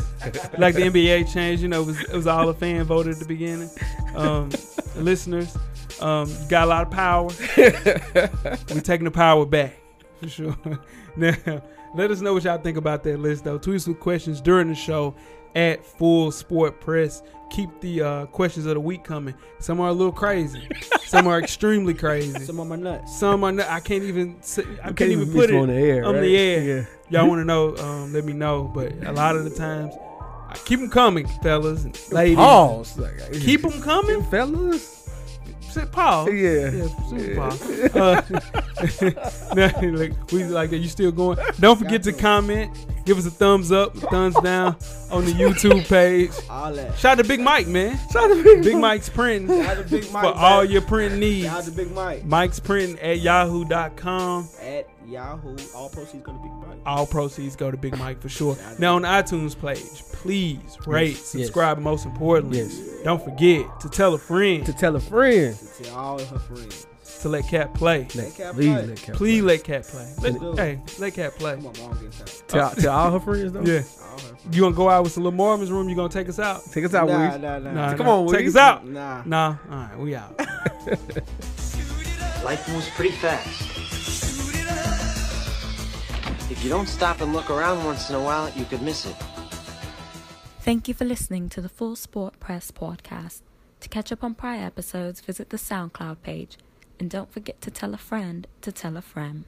like the NBA changed. You know, it was, it was all a fan voted at the beginning. Um, listeners, um, you got a lot of power. We're taking the power back for sure. now, let us know what y'all think about that list, though. Tweet us with questions during the show at Full Sport Press. Keep the uh, questions of the week coming. Some are a little crazy. Some are extremely crazy. Some of my nuts. Some are not, I can't even say, I can't, Can't even miss put it on the air. on right? the air. Yeah. Y'all want to know? Um, let me know. But a lot of the times, I keep them coming, fellas and ladies. Pause. Keep them coming. fellas. Sit Paul. Yeah. Yeah, Super Paul. Uh, now, like, we like that. You still going? Don't forget to comment. Give us a thumbs up, a thumbs down on the YouTube page. All that. Shout out to Big Mike, man. Shout out to Big Big Mike. Mike's printing Shout out to Big Mike. for all man. your print needs. Shout out to Big Mike. Mike's printing at yahoo.com. At Yahoo, all proceeds go to Big Mike. All proceeds go to Big Mike for sure. Now on the iTunes page, please rate, subscribe, and most importantly, Yes. don't forget to tell a friend To to, tell a friend. To tell all her friends. let Cat play. Let- Cat please play. let Cat please let Cat play. Let- Let- hey, let Cat play. Come on, mom, get out. play. Tell, tell all her friends though. Yeah. All her friends. You gonna go out with some Lil Marvin's room? You gonna take us out? Take us out, nah, Weezy. nah, nah, Nah, Come nah. on, take Weezy. us out. Nah. Nah, all right, we out. Life moves pretty fast. If you don't stop and look around once in a while, you could miss it. Thank you for listening to the Full Sport Press podcast. To catch up on prior episodes, visit the SoundCloud page. And don't forget to tell a friend to tell a friend.